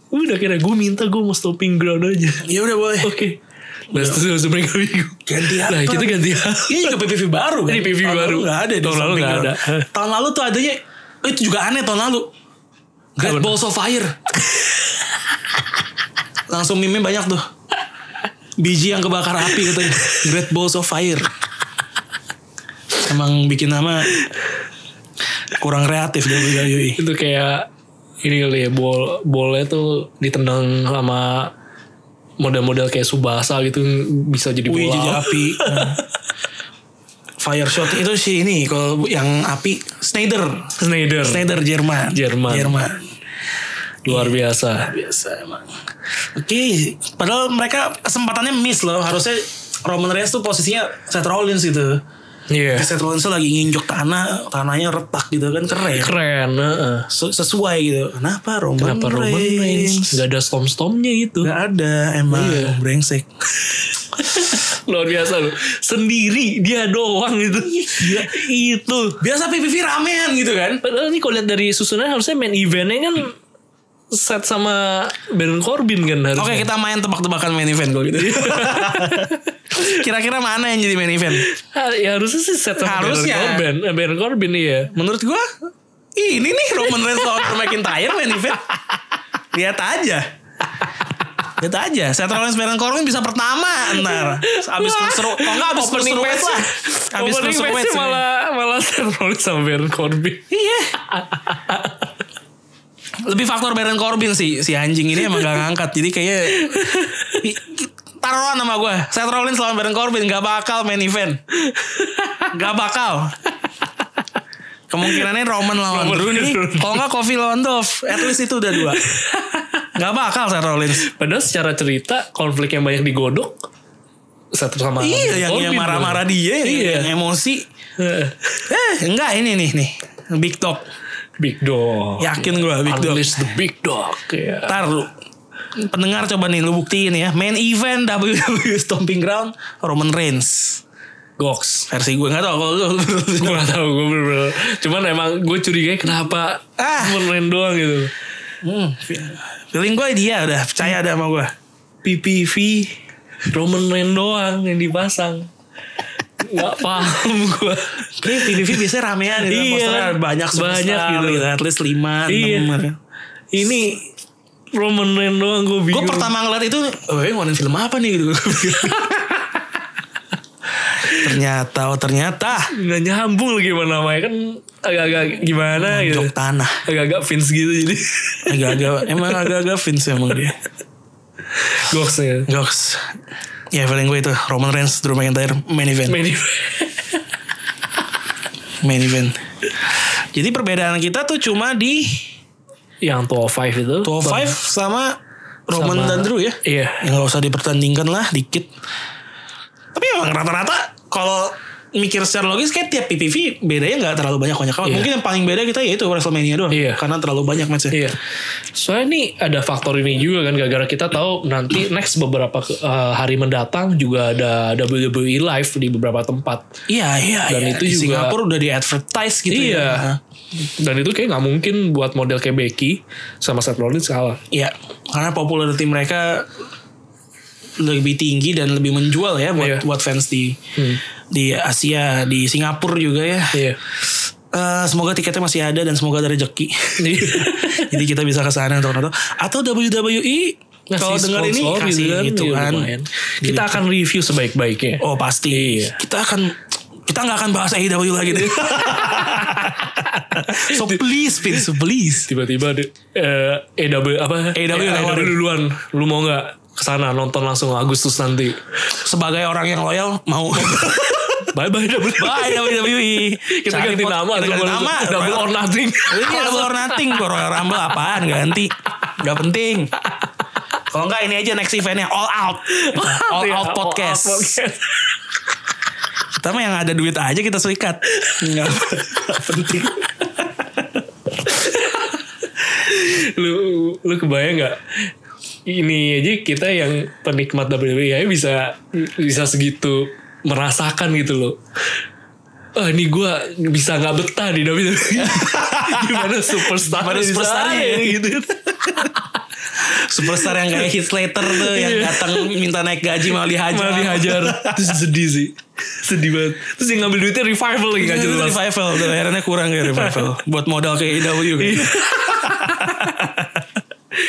C: udah kira gue minta gue mau stomping ground aja
A: Ya udah boleh.
C: oke Nah, terus langsung mereka bingung.
A: Ganti apa?
C: Nah, kita ganti apa?
A: Ini juga PPV baru kan?
C: Ini PPV
A: Tahun
C: baru.
A: lalu nggak ada. di
C: Tahun lalu
A: samping
C: nggak
A: ground.
C: ada.
A: Tahun lalu tuh adanya. oh, Itu juga aneh tahun lalu. Great
C: Apa?
A: Balls of Fire. Langsung meme banyak tuh. Biji yang kebakar api gitu. Great Balls of Fire. Emang bikin nama kurang kreatif dari WWE.
C: Itu kayak ini kali ya, bol bolnya tuh ditendang sama model-model kayak Subasa gitu bisa jadi bola.
A: Wih jadi api. Hmm. Fire shot itu sih ini kalau yang api Snyder.
C: Snyder.
A: Snyder Jerman.
C: Jerman.
A: Jerman.
C: Luar biasa.
A: Biasa emang. Oke, padahal mereka kesempatannya miss loh. Harusnya Roman Reigns tuh posisinya Seth Rollins gitu.
C: Iya.
A: Seth Rollins tuh lagi nginjok tanah, tanahnya retak gitu kan keren.
C: Keren, heeh.
A: Se- Sesuai gitu. Kenapa Roman
C: Kenapa Roman Reigns?
A: Reigns?
C: Gak ada gitu. storm-stormnya itu.
A: Gak ada emang
C: Iya.
A: brengsek.
C: Luar biasa lu. Sendiri dia doang gitu. itu.
A: Iya. Biasa PPV ramen gitu kan.
C: Padahal nih kalau lihat dari susunan harusnya main eventnya kan set sama Baron Corbin kan harusnya.
A: Oke kita main tebak-tebakan main event kalau
C: Iya.
A: gitu. Kira-kira mana yang jadi main event?
C: Ah, Ya harusnya sih set sama
A: Harusnya.
C: Baron Corbin. Eh, Baron Corbin iya.
A: Menurut gua ini nih Roman Reigns lawan Drew McIntyre main event. Lihat aja. Lihat aja. Seth Rollins Baron Corbin bisa pertama ntar. Abis
C: Wah.
A: seru, kalau nggak abis
C: Opening
A: seru
C: match.
A: lah. Abis
C: Opening
A: seru
C: match-nya malah malah Seth Rollins sama Baron Corbin.
A: Iya. Lebih faktor Baron Corbin sih si anjing ini emang gak ngangkat. Jadi kayaknya I- taruhan sama gue. Seth Rollins lawan Baron Corbin gak bakal main event. Gak bakal. Kemungkinannya Roman lawan
C: Roman
A: Drew nih.
C: lawan Drew.
A: Kalau nggak Kofi lawan Dolph, at least itu udah dua. Gak bakal Seth Rollins.
C: Padahal secara cerita konflik yang banyak digodok satu sama Baron
A: Iya, yang, yang
C: Corbin.
A: marah-marah dia, yang-
C: Iya.
A: yang emosi.
C: Eh,
A: Eh, enggak ini nih nih. Big Dog.
C: Big Dog.
A: Yakin gue Big Dog.
C: Unleash the Big Dog. Iya.
A: Ntar lu pendengar coba nih lu buktiin ya. Main event WWE Stomping Ground Roman Reigns.
C: Goks.
A: Versi gue nggak tahu kalau lu.
C: gue gak tau gue bener-bener cuman emang gue curiga kenapa
A: Ah.
C: menerin doang gitu
A: Hmm, feeling gue dia udah percaya ada sama gue.
C: PPV Roman Reigns doang yang dipasang nggak paham gue
A: Ini PDV biasanya ramean gitu.
C: Iya,
A: posternya
C: kan?
A: banyak
C: Banyak gitu.
A: At least 5
C: Iya. ini Roman Reigns doang gue
A: Gue
C: bingung
A: pertama ngeliat itu, oh, ini warna film apa nih gitu. ternyata, oh ternyata.
C: nggak nyambung lagi mana namanya kan agak-agak gimana gitu
A: Jok tanah.
C: agak-agak Vince gitu jadi
A: Agak-agak, emang agak-agak Vince emang dia.
C: goks ya
A: Goks. Ya feeling gue itu Roman Reigns Drew McIntyre main event.
C: Main
A: Main event. Jadi perbedaan kita tuh cuma di
C: yang 205 itu
A: 205 sama Roman
C: Sama-
A: dan Drew ya.
C: iya
A: Ya nggak usah dipertandingkan lah dikit. Tapi emang rata-rata kalau mikir secara logis kayak tiap PPV bedanya nggak terlalu banyak banyak amat.
C: Iya.
A: Mungkin yang paling beda kita ya itu WrestleMania doang.
C: Iya.
A: Karena terlalu banyak matchnya.
C: Iya. Soalnya ini ada faktor ini juga kan gara-gara kita tahu nanti next beberapa ke- eh, hari mendatang juga ada WWE live di beberapa tempat.
A: Iya iya.
C: Dan
A: iya.
C: itu
A: Di
C: juga-
A: Singapura udah di advertise gitu.
C: iya.
A: ya. Hah.
C: Dan itu kayak nggak mungkin buat model kayak Becky sama Seth Rollins kalah.
A: Iya, karena popularity mereka lebih tinggi dan lebih menjual ya buat
C: Iya. Hmm.
A: buat fans di di Asia, di Singapura juga ya.
C: Iya.
A: Eh, semoga tiketnya masih ada dan semoga ada rezeki.
C: Iya.
A: Jadi kita bisa ke sana untuk nonton. Atau WWE
C: Ngasih
A: kalau dengar ini
C: sponsor
A: kasih
C: gitu kan,
A: gitu
C: iya,
A: kan.
C: lumayan. Kita akan review sebaik-baiknya.
A: Oh pasti.
C: Iya.
A: Kita akan kita nggak akan bahas AEW lagi deh. so please, please, please.
C: Tiba-tiba ada eh, EW apa?
A: EW
C: Eh,
A: nawarin.
C: duluan. Lu mau nggak kesana nonton langsung Agustus nanti?
A: Sebagai orang yang loyal mau.
C: Bye bye EW.
A: Bye WWE.
C: Kita
A: Cari
C: ganti
A: pot-
C: nama.
A: Kita
C: tuh,
A: ganti
C: kalau-
A: nama.
C: Double or nothing.
A: Ini double or nothing bro. Royal Rumble apaan ganti. Gak penting. Kalau enggak ini aja next eventnya all out. All
C: Iya,
A: out podcast.
C: all out podcast.
A: Kita mah yang ada duit aja kita sikat. Enggak penting.
C: lu lu kebayang nggak ini aja kita yang penikmat WWE ya bisa bisa segitu merasakan gitu loh Ah ini gue bisa nggak betah di WWE gimana superstar
A: Gimana
C: bisa
A: superstarnya ya,
C: aja gitu
A: Superstar yang kayak hit later tuh yang datang minta naik gaji malah dihajar.
C: malah dihajar terus sedih sih sedih banget terus yang ngambil duitnya revival lagi nggak
A: Itu
C: jelas
A: revival tuh akhirnya kurang ya revival buat modal kayak IW gitu.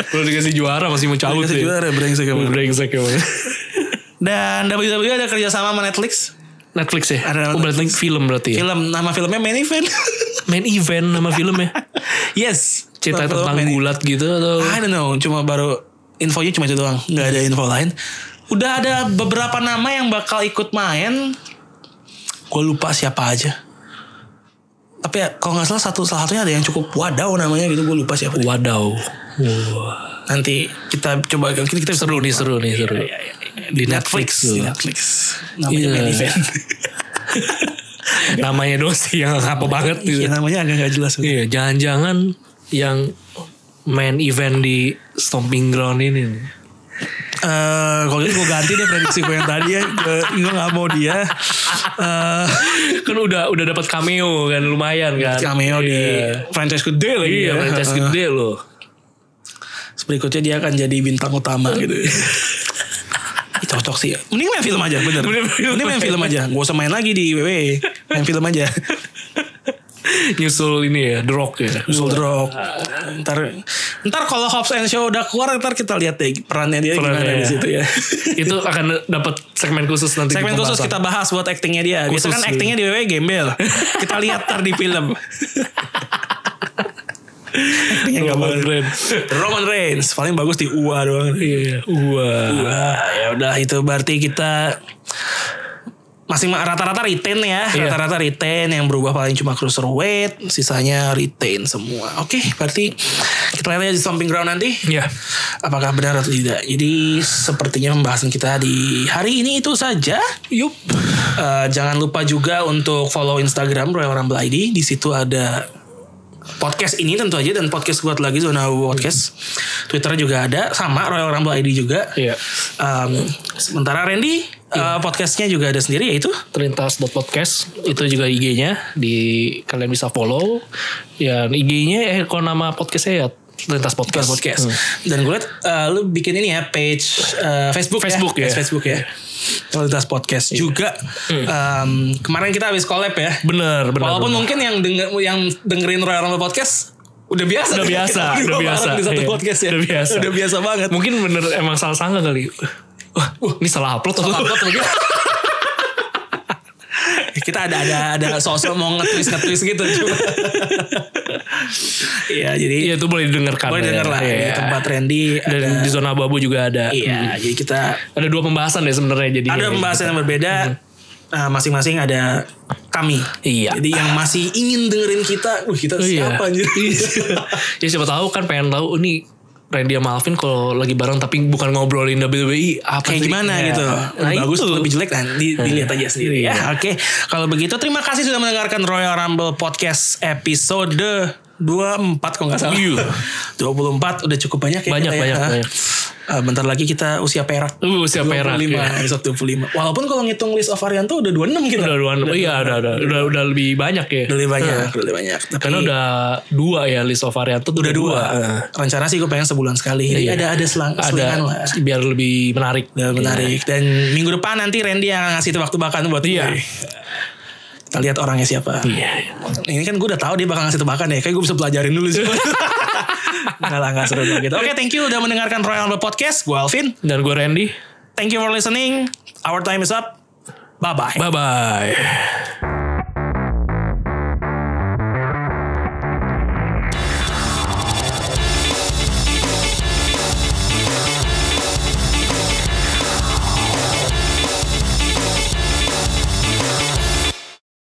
C: Baru dikasih juara masih mau cabut
A: Dikasih
C: ya
A: Iya. juara, brengsek emang.
C: brengsek emang
A: Dan WWE ada kerjasama sama Netflix
C: Netflix ya
A: Ada
C: oh berarti film berarti ya
A: film nama filmnya main event
C: main event nama film ya
A: yes
C: cerita
A: Nama filmnya
C: tentang
A: Main Event.
C: gulat gitu atau
A: I don't know, cuma baru infonya cuma itu doang, nggak ada info lain. Udah ada beberapa nama yang bakal ikut main. Gue lupa siapa aja. Tapi ya, kalau nggak salah satu salah satunya ada yang cukup wadaw namanya gitu, gue lupa siapa.
C: Wadaw.
A: Nanti kita coba kita, kita bisa
C: Seru nih, seru nih, seru.
A: Iya, di Netflix,
C: Netflix
A: di
C: Iya. tuh.
A: Netflix. Namanya
C: Iya.
A: main event.
C: Namanya doang sih yang apa banget gitu.
A: Iya, namanya agak nggak jelas.
C: Iya, jangan-jangan yang main event di stomping ground ini. nih.
A: Eh, kalau gitu gue ganti deh prediksi gue yang tadi ya. Gue nggak mau dia. Eh,
C: kan udah udah dapat cameo kan lumayan kan.
A: cameo di
C: Iya.
A: franchise gede lagi. ya.
C: Iya, franchise
A: Eh,
C: gede loh.
A: berikutnya dia akan jadi bintang utama gitu. Ih, cocok sih. Mending main film aja, bener.
C: Mending main film
A: Mending main film aja. Gak usah main lagi di WWE. Main film aja.
C: Nyusul ini ya, The Rock ya.
A: Usul The Rock. Ntar, ntar kalau Hobbs and Shaw udah keluar, ntar kita lihat deh perannya dia
C: Perannya,
A: gimana di
C: ya.
A: situ ya.
C: Itu akan dapat segmen khusus nanti. di
A: Segmen khusus
C: pembahasan.
A: kita bahas buat actingnya dia. Biasa
C: Khusus,
A: kan
C: iya.
A: actingnya di WWE gembel. kita lihat ntar di film. actingnya nggak
C: Roman
A: bagus.
C: Reigns.
A: Roman Reigns paling bagus di UA doang.
C: Iya, wah.
A: Wah, ya udah itu berarti kita masih rata-rata retain ya,
C: Iya.
A: rata-rata retain yang berubah paling cuma cruiserweight, sisanya retain semua. Oke, berarti kita lihat aja di stomping ground nanti
C: Iya.
A: apakah benar atau tidak. Jadi sepertinya pembahasan kita di hari ini itu saja. Yup. Eh, jangan lupa juga untuk follow Instagram Royal Rumble ID. Di situ ada podcast ini tentu aja dan podcast buat lagi zona podcast. Twitter juga ada sama Royal Rumble ID juga.
C: Iya.
A: Um, sementara Randy eh, podcastnya juga ada sendiri yaitu
C: Terlintas.podcast itu juga IG-nya di kalian bisa follow. Ya IG-nya eh kalau nama podcastnya ya Terlintas Podcast.
A: Podcast. podcast. Dan gue liat eh, lu bikin ini ya page eh, Facebook,
C: Facebook
A: ya.
C: Iya. ya.
A: Page Facebook ya. Kualitas podcast juga.
C: Hmm.
A: Em, kemarin kita habis collab ya.
C: Bener, bener.
A: Walaupun
C: bener.
A: mungkin yang denger, yang dengerin Royal Rumble podcast udah biasa.
C: udah
A: Kita
C: biasa,
A: berdua
C: udah
A: bareng
C: biasa.
A: Di satu
C: Iya.
A: podcast ya.
C: Udah biasa.
A: Udah biasa banget.
C: Mungkin bener emang salah sangka kali. Wah, ini salah upload atau
A: Upload lagi. gitu. Eh, kita ada ada ada sosok mau ngetwist ngetwist gitu cuma. Iya jadi
C: Iya itu boleh didengarkan.
A: boleh
C: ya.
A: denger lah
C: Iya.
A: di tempat Randy.
C: Dan
A: ada-
C: di zona babu juga ada. Hmm.
A: iya jadi kita
C: Ada dua pembahasan ya sebenarnya jadi.
A: ada pembahasan yang berbeda. Nah, masing-masing ada kami.
C: Hmm. Iya.
A: Jadi yang masih ingin dengerin kita, wah kita
C: Iya.
A: siapa anjir?
C: ya siapa tahu kan pengen tahu ini Randy sama Alvin kalau lagi bareng tapi bukan ngobrolin WWE apa
A: kayak
C: sih?
A: gimana
C: Ya.
A: gitu.
C: Nah,
A: Bagus
C: itu. Hmm.
A: atau lebih jelek kan di, dilihat aja sendiri ya.
C: Iya.
A: Oke, kalau begitu terima kasih sudah mendengarkan Royal Rumble podcast episode 24 kalau nggak salah.
C: Iya.
A: 24 udah cukup banyak ya.
C: Banyak,
A: kita
C: banyak,
A: ya.
C: banyak.
A: Eh, bentar lagi kita usia perak.
C: Uh, siapa perak.
A: 25,
C: ya.
A: episode 25. Walaupun kalau ngitung list of Arianto udah 26 kita.
C: Udah dua, iya udah, udah, udah, udah lebih banyak ya.
A: gitu. Udah lebih banyak, udah lebih banyak. Tapi
C: Karena udah dua ya list of varian tuh
A: udah dua. eh. Rencana sih gue pengen sebulan sekali. Jadi
C: Iya.
A: ada ada selang, selingan
C: Ada Iya.
A: lah.
C: biar lebih menarik.
A: Udah menarik. Dan minggu depan nanti Randy yang ngasih tebak tebakan buat
C: Iya.
A: gue. Kita lihat orangnya siapa.
C: Iya.
A: Ini kan gue udah tahu dia bakal ngasih tebakan ya. Kayak gue bisa pelajarin dulu sih. Enggak lah, enggak seru banget gitu. Oke, thank you udah mendengarkan Royal Rumble Podcast. Gue Alvin.
C: Dan gue Randy.
A: Thank you for listening. Our time is up. Bye-bye.
C: Bye bye.